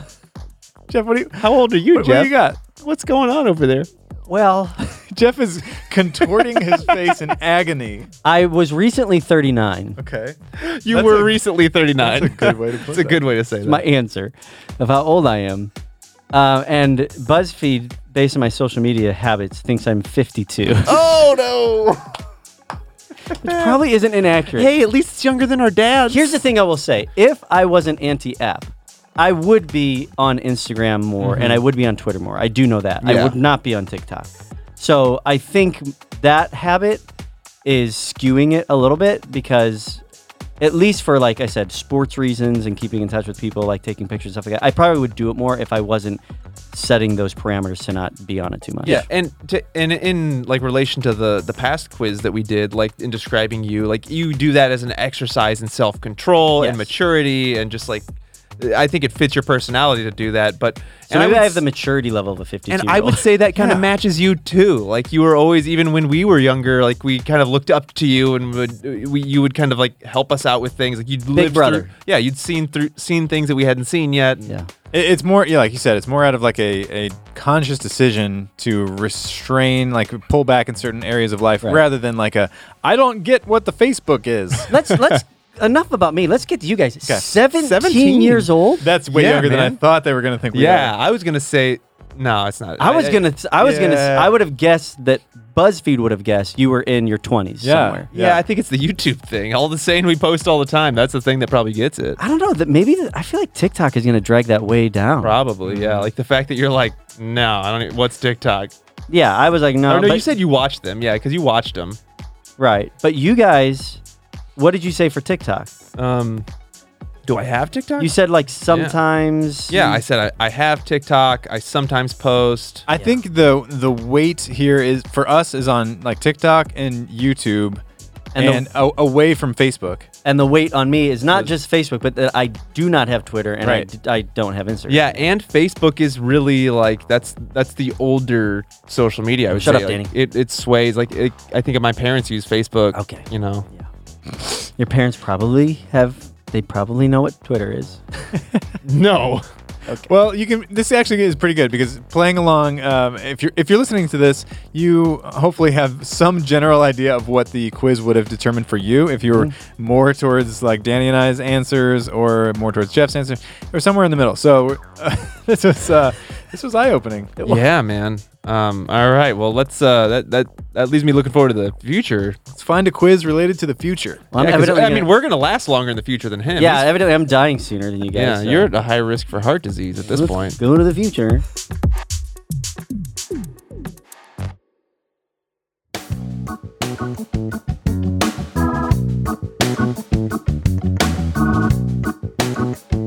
A: Jeff, what do you?
B: Uh, How old are you,
A: What, what
B: Jeff?
A: do you got?
B: What's going on over there?
C: Well,
A: Jeff is contorting his face in agony.
C: I was recently 39.
A: Okay.
B: You
A: That's
B: were
A: a-
B: recently 39.
A: that's a good way to put
B: It's a
A: that.
B: good way to say that.
C: My answer of how old I am. Uh, and BuzzFeed, based on my social media habits, thinks I'm 52.
B: oh,
C: Probably isn't
B: no.
C: inaccurate.
B: Hey, at least it's younger than our dad.
C: Here's the thing I will say. If I wasn't anti-app, I would be on Instagram more and I would be on Twitter more. I do know that. I
B: Mm-hmm. Yeah.
C: would not be on TikTok. So I think that habit is skewing it a little bit because at least for like I said, sports reasons and keeping in touch with people, like taking pictures and stuff like that, I probably would do it more if I wasn't setting those parameters to not be on it too much.
B: Yeah, and to, and in like relation to the the past quiz that we did, like in describing you, like you do that as an exercise in self control
C: Yes.
B: and maturity, and just like I think it fits your personality to do that. But
C: So
B: and
C: maybe I,
B: would
C: have
B: s-
C: the maturity level of a 52
B: and I would say that kind of matches you too. Like you were always, even when we were younger, like we kind of looked up to you, and would we, you would kind of like help us out with things. Like you'd lived
C: brother.
B: Through, yeah, you'd seen through seen things that we hadn't seen yet.
C: yeah.
A: It- It's more, yeah, like you said, it's more out of like a, a conscious decision to restrain, like pull back in certain areas of life, rather than like a I don't get what the Facebook is.
C: let's let's enough about me. Let's get to you guys. 17,
B: 17.
C: years old.
A: That's way
B: Yeah,
A: younger than I
B: man.
A: thought they were gonna think. We
B: yeah.
A: were.
B: I was gonna say no, it's not.
C: I was gonna. I was gonna.
A: yeah.
C: I would have guessed that BuzzFeed would have guessed you were in your twenties
A: Yeah.
C: somewhere.
B: Yeah,
A: Yeah.
B: I think it's the YouTube thing. All the saying we post all the time. That's the thing that probably gets it.
C: I don't know that maybe th- I feel like TikTok is gonna drag that way down.
B: Probably,
C: Mm-hmm.
B: yeah. Like the fact that you're like, no, I don't. e- What's TikTok?
C: Yeah, I was like, no,
B: Or no,
C: Um, but-
B: you said you watched them, yeah, because you watched them.
C: right. But you guys, what did you say for TikTok?
B: Um, do I have TikTok?
C: You said like sometimes.
B: yeah, I said I, I have TikTok. I sometimes post.
A: I think the the weight here is for us is on like TikTok and YouTube,
C: And
A: and,
C: the-
A: a- away from Facebook.
C: and the weight on me is not just Facebook, but that I do not have Twitter and I
A: Right.
C: d- I, don't have Instagram.
B: yeah, and Facebook is really like that's that's the older social media. I would
C: Shut
B: say.
C: up,
B: Like,
C: Danny.
B: It, it sways. Like it, I think my parents use Facebook.
C: Okay.
B: you know.
C: Your parents probably have. They probably know what Twitter is.
B: No.
A: Well, you can. This actually is pretty good because playing along. Um, if you're if you're listening to this, you hopefully have some general idea of what the quiz would have determined for you. If you're more towards like Danny and I's answers, or more towards Jeff's answer, or somewhere in the middle. So uh, this was uh, This was eye opening.
B: yeah, man. Um, all right. Well, let's. Uh, that that that leaves me looking forward to the future.
A: Let's find a quiz related to the future.
C: Well, I'm
B: Yeah, 'cause,
C: evidently
B: I
C: gonna-
B: mean, we're gonna last longer in the future than him.
C: yeah,
B: He's-
C: evidently I'm dying sooner than you guys.
B: yeah.
C: so-
B: You're at a high risk for heart disease at this
C: Let's
B: point.
C: Go to the future.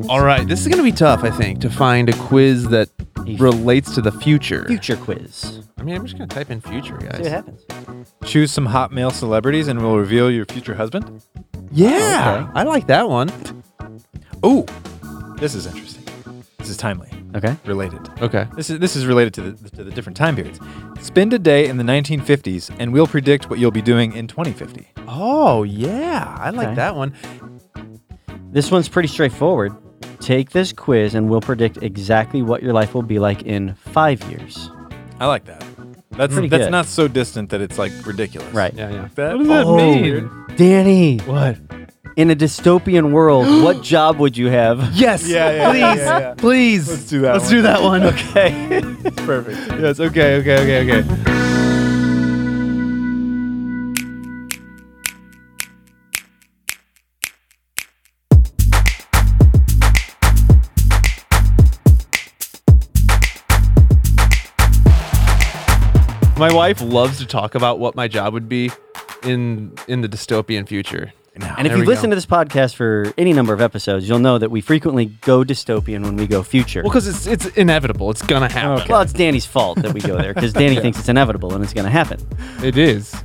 B: All right. This is gonna be tough, I think, to find a quiz that relates to the future.
C: Future quiz.
B: I mean, I'm just gonna type in future,
C: See what
B: guys.
C: happens.
A: Choose some hot male celebrities and we'll reveal your future husband.
B: Yeah,
C: Okay.
B: I like that one.
A: Oh, this is interesting. This is timely.
C: Okay.
A: Related.
B: Okay.
A: This is this is related to the, to the different time periods. Spend a day in the 1950s, and we'll predict what you'll be doing in 2050.
B: Oh yeah, I like
C: Okay.
B: that one.
C: This one's pretty straightforward. Take this quiz and we'll predict exactly what your life will be like in five years.
A: I like that. That's
C: Pretty
A: that's
C: good.
A: not so distant that it's like ridiculous.
C: Right.
B: Yeah, yeah.
A: That, what does that
C: Oh, Danny,
B: What?
C: in a dystopian world, what job would you have?
B: Yes.
A: Yeah, yeah,
B: please,
A: yeah, yeah, yeah.
B: please.
A: Let's do that
B: Let's
A: one.
B: do that one. Okay.
C: Okay.
A: Perfect.
B: Yes. Okay. Okay. Okay. Okay. My wife loves to talk about what my job would be in in the dystopian future.
C: And if
B: There
C: you've
B: we
C: listened to this podcast for any number of episodes, you'll know that we frequently go dystopian when we go future.
B: Well, because it's it's inevitable. It's gonna happen.
C: Well, it's Danny's fault that we go there because Danny thinks it's inevitable and it's going to happen.
B: It is.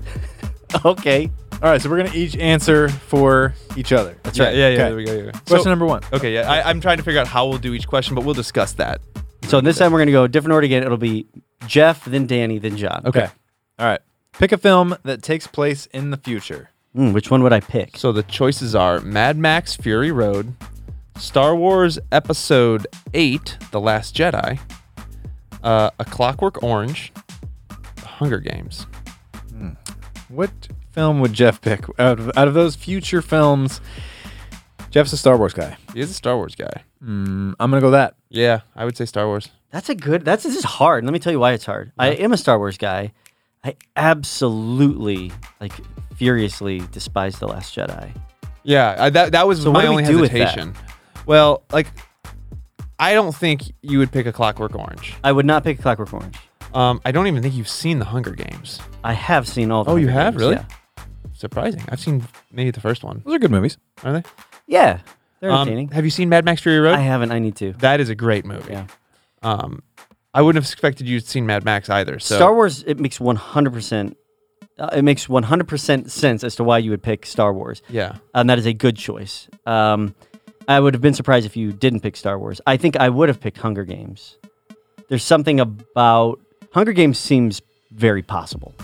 C: Okay.
A: All right, so we're gonna each answer for each other. That's
B: Yeah, yeah, yeah.
A: Okay.
B: There we go. yeah, yeah.
A: Question
B: So-
A: number one.
B: Okay, yeah. I, I'm trying to figure out how we'll do each question, but we'll discuss that.
C: So this time we're going to go different order again. It'll be Jeff, then Danny, then John.
A: Okay. All right. Pick a film that takes place in the future.
C: Mm, which one would I pick?
B: So the choices are Mad Max Fury Road, Star Wars Episode 8, The Last Jedi, uh, A Clockwork Orange, The Hunger Games.
A: What film would Jeff pick out of, out of those future films? Jeff's a Star Wars guy.
B: He is a Star Wars guy.
A: Mm, I'm gonna go that.
B: Yeah, I would say Star Wars.
C: That's a good. That's this is hard. Let me tell you why it's hard. I am a Star Wars guy. I absolutely like furiously despise the Last Jedi.
B: Yeah, I, that, that was
C: So what
B: my
C: do we
B: only
C: do with that?
B: hesitation. Well, like, I don't think you would pick A Clockwork Orange.
C: I would not pick Clockwork Orange.
B: Um, I don't even think you've seen The Hunger Games.
C: I have seen all. The
B: Oh, you
C: Hunger
B: have?
C: Games,
B: Really? Surprising. I've seen maybe the first one.
A: Those are good movies.
B: Are they?
C: Yeah. yeah they're
B: Um,
C: entertaining.
B: have you seen Mad Max Fury Road?
C: I haven't. I need to.
B: that is a great movie.
C: Yeah.
B: Um, I wouldn't have expected you to seen Mad Max either. So
C: Star Wars. It makes one hundred percent. uh, It makes one hundred percent sense as to why you would pick Star Wars.
B: yeah,
C: Um, that is a good choice. Um, I would have been surprised if you didn't pick Star Wars. I think I would have picked Hunger Games. There's something about Hunger Games seems very possible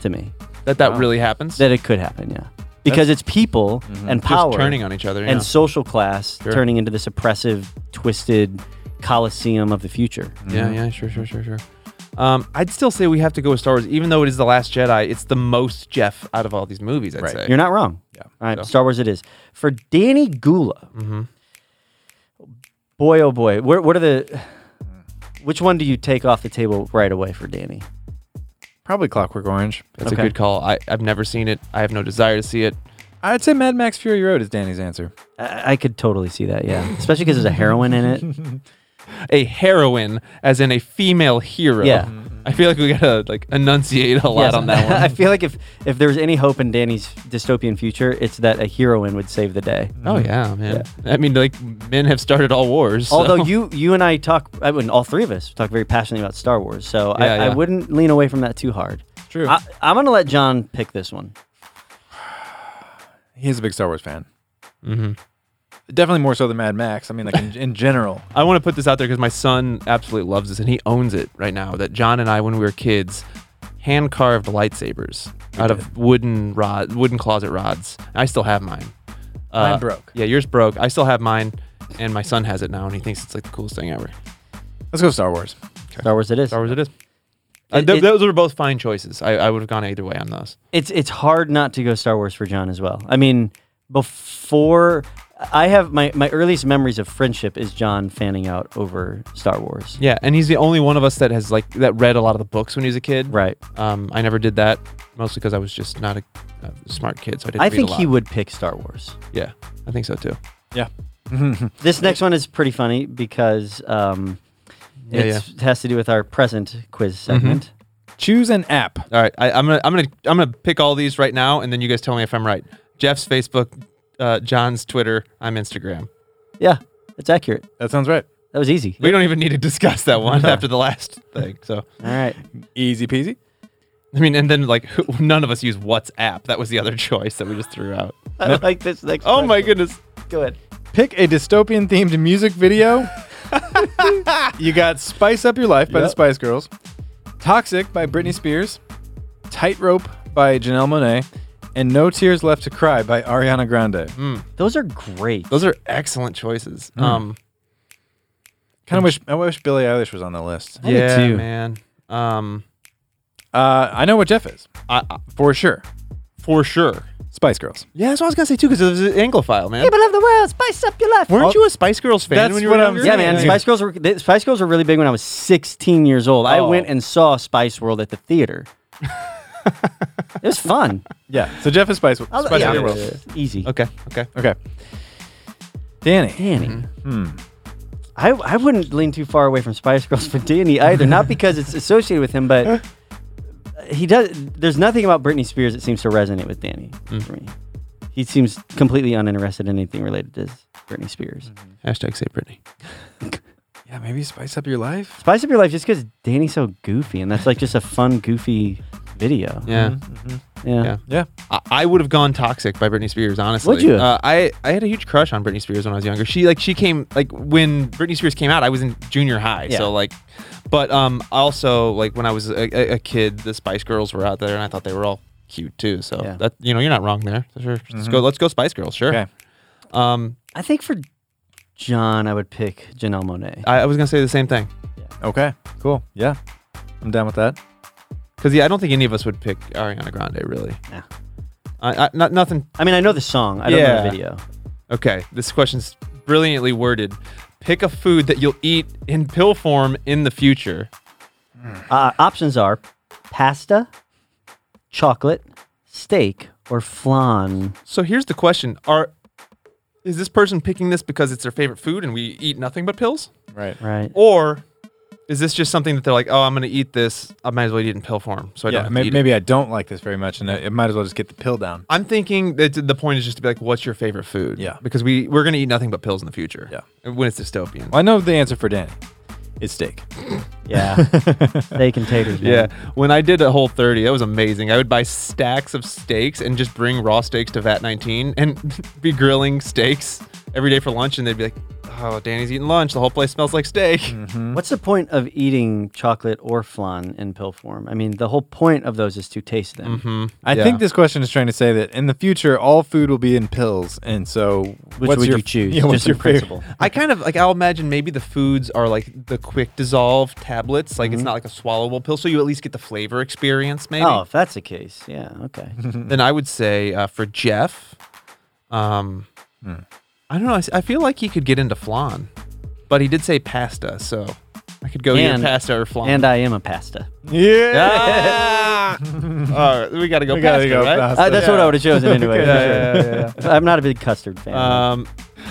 C: to me
B: that that really happens.
C: that it could happen. Yeah, because it's people and
B: Mm-hmm. just
C: power
B: turning on each other.
C: and
B: yeah.
C: social class
B: Sure.
C: turning into this oppressive, twisted coliseum of the future.
B: yeah, yeah, sure, sure, sure, sure. Um, I'd still say we have to go with Star Wars, even though it is the Last Jedi. It's the most Jeff out of all these movies. I'd say.
C: You're not wrong. Yeah. All right, Star Wars it is. For Danny Gula,
B: Mm-hmm.
C: boy, oh boy, where, what are the. Which one do you take off the table right away for Danny?
A: Probably Clockwork Orange.
B: That's
C: Okay.
B: a good call. I, I've never seen it. I have no desire to see it.
A: I'd say Mad Max Fury Road is Danny's answer.
C: I, I could totally see that, yeah. Especially because there's a heroine in it.
B: A heroine, as in a female hero.
C: Yeah.
B: I feel like we gotta like enunciate a lot
C: Yes,
B: on that one.
C: I feel like if, if there's any hope in Danny's dystopian future, it's that a heroine would save the day.
B: Oh yeah, man. I mean, like men have started all wars. so-
C: Although you you and I talk, I wouldn't, all three of us talk very passionately about Star Wars, so I,
B: Yeah,
C: I
B: yeah.
C: wouldn't lean away from that too hard.
A: True.
C: I, I'm going to let John pick this one.
A: He's a big Star Wars fan. Mm-hmm. Definitely more so than Mad Max. I mean, like in, in general.
B: I want to put this out there because my son absolutely loves this and he owns it right now. That John and I, when we were kids, hand carved lightsabers out of wooden rod, wooden closet rods. I still have mine. Uh,
A: Mine broke.
B: Yeah, yours broke. I still have mine, and my son has it now, and he thinks it's like the coolest thing ever.
A: Let's go Star Wars.
C: Star Wars it is.
B: Star Wars it is. Uh,
C: It-
B: th-
C: it-
B: those are both fine choices. I, I would have gone either way on those.
C: it's it's hard not to go Star Wars for John as well. I mean, before I have my, my earliest memories of friendship is John fanning out over Star Wars.
B: Yeah, and he's the only one of us that has like that read a lot of the books when he was a kid.
C: Right.
B: Um, I never did that mostly because I was just not a, a smart kid, so I didn't.
C: I
B: read a
C: think he
B: lot.
C: would pick Star Wars.
B: Yeah, I think so too.
A: Yeah.
C: This next one is pretty funny because um,
B: Yeah, Mm-hmm.
C: it's- it has to do with our present quiz segment.
A: Choose an app.
B: All right, I, I'm gonna I'm gonna I'm gonna pick all these right now, and then you guys tell me if I'm right. Jeff's Facebook, uh, John's Twitter, I'm Instagram.
C: Yeah, it's accurate.
A: That sounds right.
C: That was easy.
B: We don't even need to discuss that one after the last thing. So
C: All right.
A: Easy peasy.
B: I mean, and then like none of us use WhatsApp. That was the other choice that we just threw out.
C: I like this next
B: Oh my goodness.
C: Go ahead.
A: Pick a dystopian themed music video. you got Spice Up Your Life by the
C: Yep.
A: Spice Girls, Toxic by Britney Spears, Tightrope by Janelle Monet, and No Tears Left to Cry by Ariana Grande.
B: Hmm.
C: Those are great.
B: Those are excellent choices. Um,
A: Kind of wish I wish Billie Eilish was on the list.
C: I do
B: yeah,
C: too.
B: man. Um,
A: Uh, I know what Jeff is
B: I, I-
A: for sure.
B: for sure.
A: Spice Girls.
B: Yeah, that's what I was gonna say too, because it was an Anglophile, man. Oh.
C: People of the world, spice up your life.
B: Weren't you a Spice Girls fan
A: That's
B: when you
A: what
B: were
A: I'm
B: younger?
C: Yeah, man. Spice Girls were the Spice Girls were really big when I was 16 years old. I
B: Oh.
C: went and saw Spice World at the theater. it was fun.
A: Yeah. So Jeff is Spice. Spice
C: I'll-
A: Up
C: yeah,
A: Your
C: it
A: World.
C: was Easy.
B: Okay, okay.
A: Okay. Danny. Hmm.
C: Danny.
B: Mm-hmm.
C: I, I wouldn't lean too far away from Spice Girls for Danny either. Not because it's associated with him, but he does. There's nothing about Britney Spears that seems to resonate with Danny for
B: Mm.
C: me. He seems completely uninterested in anything related to Britney Spears.
B: Hashtag say Britney. Mm-hmm.
A: Yeah, maybe Spice Up Your Life.
C: Spice Up Your Life just because Danny's so goofy, and that's like just a fun, goofy video.
B: Yeah.
C: Yeah.
B: Mm-hmm. Yeah.
A: Mm-hmm. Yeah.
B: I, I would have gone Toxic by Britney Spears, honestly.
C: Would you?
B: Uh, I, I had a huge crush on Britney Spears when I was younger. She like she came like when Britney Spears came out, I was in junior high.
C: Yeah.
B: So like but um also like when I was a, a, a kid, the Spice Girls were out there and I thought they were all cute too. So
C: Yeah. Mm-hmm.
B: that you know, you're not wrong there. So Sure. Let's go let's go Spice Girls, sure.
A: Okay.
B: Um
C: I think for John, I would pick Janelle
A: Ah.
C: Monet.
B: I, I was gonna say the same thing.
A: Okay. Cool. Yeah. I'm down with that.
B: Because yeah, I don't think any of us would pick Ariana Grande really.
C: Nah.
B: I, I, not nothing
C: I mean, I know the song, I don't know
B: Yeah.
C: the video.
B: Okay, this question's brilliantly worded. Pick a food that you'll eat in pill form in the future.
C: Uh, options are pasta, chocolate, steak, or flan.
B: So here's the question: Are is this person picking this because it's their favorite food and we eat nothing but pills,
A: Right.
C: Right.
B: or is this just something that they're like, oh, I'm gonna eat this. I might as well eat it in pill form, so I don't
A: Yeah.
B: have to
A: Maybe,
B: eat it.
A: maybe I don't like this very much, and I, I might as well just get the pill down.
B: I'm thinking that the point is just to be like, what's your favorite food?
A: Yeah.
B: because we we're gonna eat nothing but pills in the future.
A: Yeah.
B: when it's dystopian.
A: Well, I know the answer for Danny. It's steak.
C: Yeah. steak and taters. man.
B: Yeah, when I did a whole 30, that was amazing. I would buy stacks of steaks and just bring raw steaks to VAT 19 and be grilling steaks every day for lunch. And they'd be like, oh, Danny's eating lunch. The whole place smells like steak.
A: Mm-hmm.
B: Mm-hmm.
C: What's the point of eating chocolate or flan in pill form? I mean, the whole point of those is to taste them.
A: I
B: Yeah.
A: think this question is trying to say that in the future, all food will be in pills, and so
C: Which
A: what's
C: would
A: your,
C: you choose?
A: Yeah, what's
C: Just in
A: your
C: principle.
A: favorite?
B: I kind of like, I'll imagine maybe the foods are like the quick dissolve tablets. Like it's not like a swallowable pill. So you at least get the flavor experience, maybe.
C: Oh, if that's the case, yeah, okay.
B: Then I would say uh, for Jeff, um, I don't know. I, s- I feel like he could get into flan, but he did say pasta. So. I could go either
C: And-
B: pasta or flan.
C: and I am a pasta.
A: Yeah.
B: Ah! All right, we gotta go.
A: We gotta
B: pasta,
A: go
B: right?
A: pasta.
C: Uh, that's what I would have chosen anyway. for
B: Yeah,
C: sure.
B: yeah, yeah,
C: I'm not a big custard fan.
B: Um,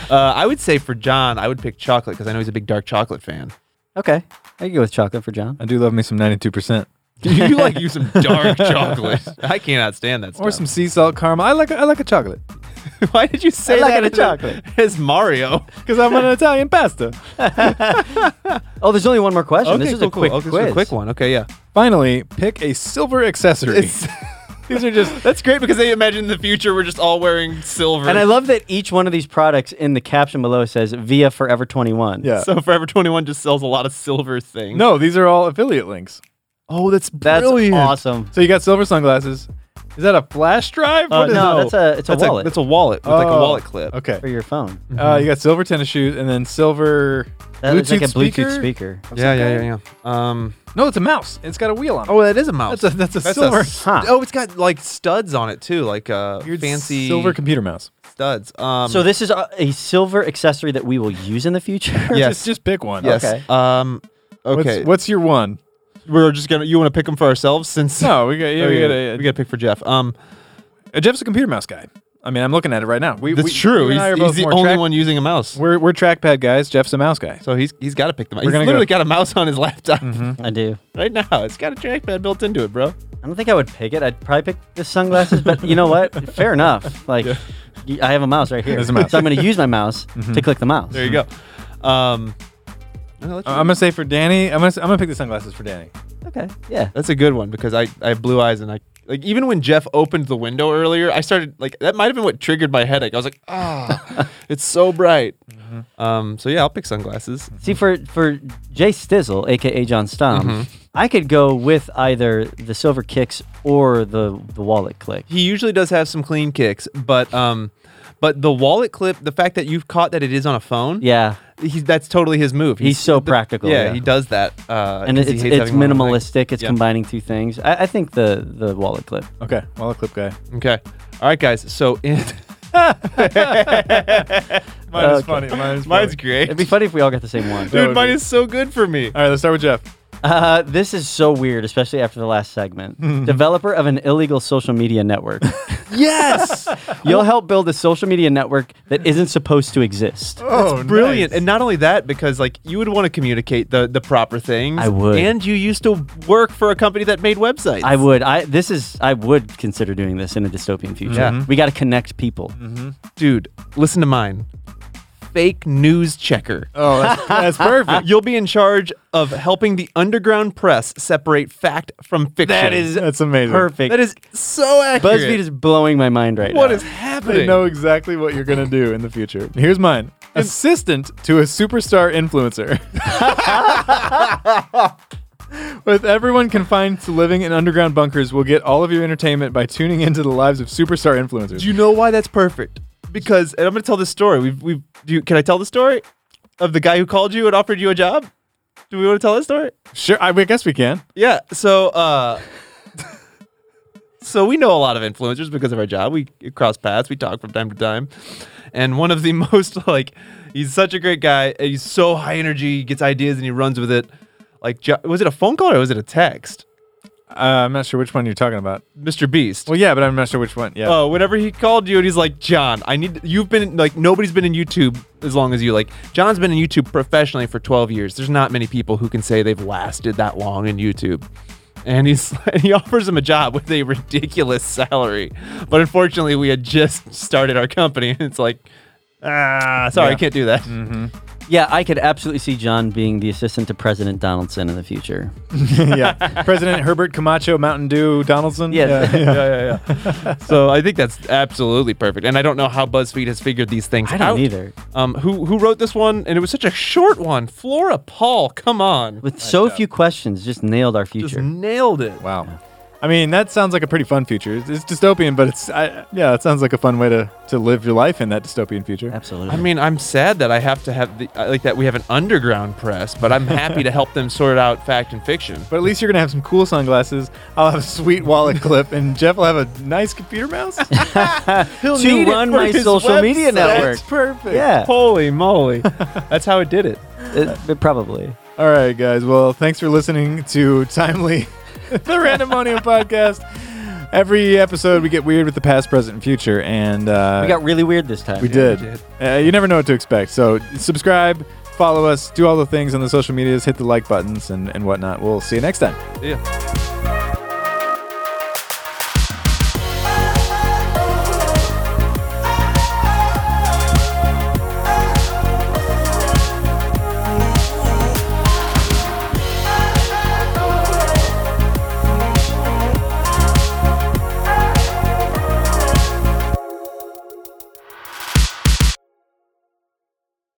B: uh, I would say for John, I would pick chocolate because I know he's a big dark chocolate fan.
C: okay, I can go with chocolate for John.
A: I do love me some 92%.
B: you like you some dark chocolate? I cannot stand that. Stuff.
A: Or some sea salt caramel. I like a, I like a chocolate
B: Why did you say
C: I like
B: that?
C: a
B: as-
C: chocolate.
B: As Mario.
A: because I'm an Italian pasta.
C: Oh, there's only one more question.
B: Okay,
C: this is
B: cool,
C: a
B: cool.
C: quick
B: Okay, this is
C: quiz.
B: a quick one. Okay, yeah.
A: Finally, pick a silver accessory.
B: These are just. That's great because they imagine in the future we're just all wearing silver.
C: And I love that each one of these products in the caption below says "Via Forever 21."
A: yeah.
B: So Forever 21 just sells a lot of silver things.
A: no, these are all affiliate links.
B: Oh, that's
C: that's
A: Brilliant.
C: awesome.
A: So you got silver sunglasses. Is that a flash drive?
C: Uh,
A: What is
C: no,
A: that?
C: that's a it's a
B: that's
C: wallet
B: A, that's a wallet with like a
A: Oh,
B: wallet clip.
A: Okay.
C: for your phone.
A: Uh, you got silver tennis shoes and then silver Bluetooth
C: That looks like a Bluetooth
A: speaker?
C: speaker.
B: Yeah, yeah, yeah, yeah. Um.
A: No, it's a mouse. It's got a wheel on it.
B: Oh, that is a mouse.
A: That's a- that's a silver-
B: s-
C: Huh.
B: Oh, it's got like studs on it too, like uh,
A: Weird
B: fancy
A: silver computer mouse.
B: studs. Um,
C: So this is a, a silver accessory that we will use in the future.
B: Yes.
A: Just, just pick one.
B: yes.
C: okay.
B: Um, okay.
A: What's, what's your one?
B: We're just gonna. You want to pick them for ourselves since
A: No, we got. Yeah,
B: we
A: we got.
B: gotta,
A: A,
B: we gotta pick for Jeff. Um,
A: uh, Jeff's a computer mouse guy. I mean, I'm looking at it right now. We,
B: that's
A: we,
B: true.
A: you and
B: He's,
A: I are
B: he's
A: both
B: the
A: more
B: only
A: track-
B: one using a mouse.
A: We're we're trackpad guys. Jeff's a mouse guy.
B: So he's he's got to pick them. He's
A: We're gonna
B: literally
A: go- Mm-hmm.
B: got a mouse on his laptop
C: I do.
B: right now. It's got a trackpad built into it, bro.
C: I don't think I would pick it. I'd probably pick the sunglasses, but you know what? Fair enough. Like, y I I have a mouse right here.
A: There's a mouse.
C: So I'm going to use my mouse to click the mouse.
B: Mm-hmm. There you go. Um, I'm gonna let you-
A: Uh, I'm gonna say for Danny. I'm gonna s- I'm gonna pick the sunglasses for Danny.
C: Okay. Yeah.
B: That's a good one because I, I have blue eyes and I like even when Jeff opened the window earlier, I started like that might have been what triggered my headache. I was like, ah, it's so bright.
A: Mm-hmm.
B: Um, so yeah, I'll pick sunglasses.
C: See, for for Jay Stizzle, aka John Stom,
B: Mm-hmm.
C: I could go with either the silver kicks or the the wallet click.
B: He usually does have some clean kicks, but um, but the wallet clip, the fact that you've caught that it is on a phone,
C: Yeah,
B: he's that's totally his move.
C: he's so practical.
B: yeah, he does that. Uh,
C: and
B: 'cause
C: it's
B: he
C: it's,
B: hates having one on his
C: minimalistic. It's
B: Yeah.
C: combining two things. I, I think the the wallet clip.
A: Okay, well, a clip guy.
B: leg. Okay, all right, guys. So in,
A: Mine
C: is
A: is funny. Mine is
B: mine's great.
C: It'd be Oh, funny if we all got the same one.
A: That
B: Dude,
A: would
B: mine
A: be-
B: is so good for me.
A: All right, let's start with Jeff.
C: Uh, this is so weird, especially after the last
B: Mm-hmm.
C: segment. Developer of an illegal social media network.
B: Yes.
C: You'll help build a social media network that isn't supposed to exist.
A: Oh,
B: brilliant. And not only that, because like you would want to communicate the the proper things.
C: I would.
B: And you used to work for a company that made websites.
C: I would. I this is. I would consider doing this in a dystopian future.
B: Yeah. Mm-hmm.
C: We got to connect people.
B: dude. Listen to mine. Fake news checker.
A: Oh, that's, that's perfect.
B: You'll be in charge of helping the underground press separate fact from fiction.
A: That is that's amazing.
C: Perfect.
B: that is so accurate.
C: BuzzFeed is blowing my mind right
B: what
C: now.
B: is
A: They
B: happening?
A: know exactly what you're gonna do in the future. Here's mine: assistant to a superstar influencer. With everyone confined to living in underground bunkers, we'll get all of your entertainment by tuning into the lives of superstar influencers.
B: Do you know why that's perfect? Because and I'm gonna tell this story. We've we've do you, can I tell the story of the guy who called you and offered you a job? Do we want to tell that story?
A: sure, I, I guess we can.
B: Yeah. So, uh, so we know a lot of influencers because of our job. We cross paths. We talk from time to time. And one of the most like, he's such a great guy. and He's so high energy. He gets ideas and he runs with it. Like, jo- was it a phone call or was it a text?
A: Uh, I'm not sure which one you're talking about.
B: Mr. Beast.
A: Well, yeah, but I'm not sure which one. Yeah.
B: Oh, whenever he called you and he's like, John, I need you've been like nobody's been in YouTube as long as you. Like John's been in YouTube professionally for 12 years. There's not many people who can say they've lasted that long in YouTube. And he's and he offers him a job with a ridiculous salary. But unfortunately, we had just started our company. It's like Ah, sorry, I
A: Yeah.
B: can't do that.
C: Mm. Yeah, I could absolutely see John being the assistant to President Donaldson in the future.
A: yeah. President Herbert Camacho Mountain Dew Donaldson.
C: Yes.
A: Yeah.
B: Yeah, yeah, yeah. so I think that's absolutely perfect. And I don't know how BuzzFeed has figured these things
C: I
B: out.
C: don't either.
B: Um, who who wrote this one? And it was such a short one. Flora Paul, come on,
C: With so few questions, just nailed our
B: just
C: future.
B: nailed it.
A: Wow. I mean, that sounds like a pretty fun future. It's, it's dystopian, but it's I, yeah, it sounds like a fun way to to live your life in that dystopian future.
C: Absolutely.
B: I mean, I'm sad that I have to have the I like that we have an underground press, but I'm happy to help them sort out fact and fiction.
A: But at least you're gonna have some cool sunglasses. I'll have a sweet wallet clip, and Jeff will have a nice computer mouse.
B: He'll
C: To need it run for my his social media website. network.
A: That's perfect.
C: yeah,
B: Holy moly, that's how it did it.
C: it- it probably.
A: All right, guys. Well, thanks for listening to Timely, the Randomonium podcast. Every episode, we get weird with the past, present, and future, and uh,
C: We got really weird this time.
A: We
B: Yeah, we
A: did. Uh, you never know what to expect. So subscribe, follow us, do all the things on the social medias, hit the like buttons and, and whatnot. We'll see you next time.
B: Yeah.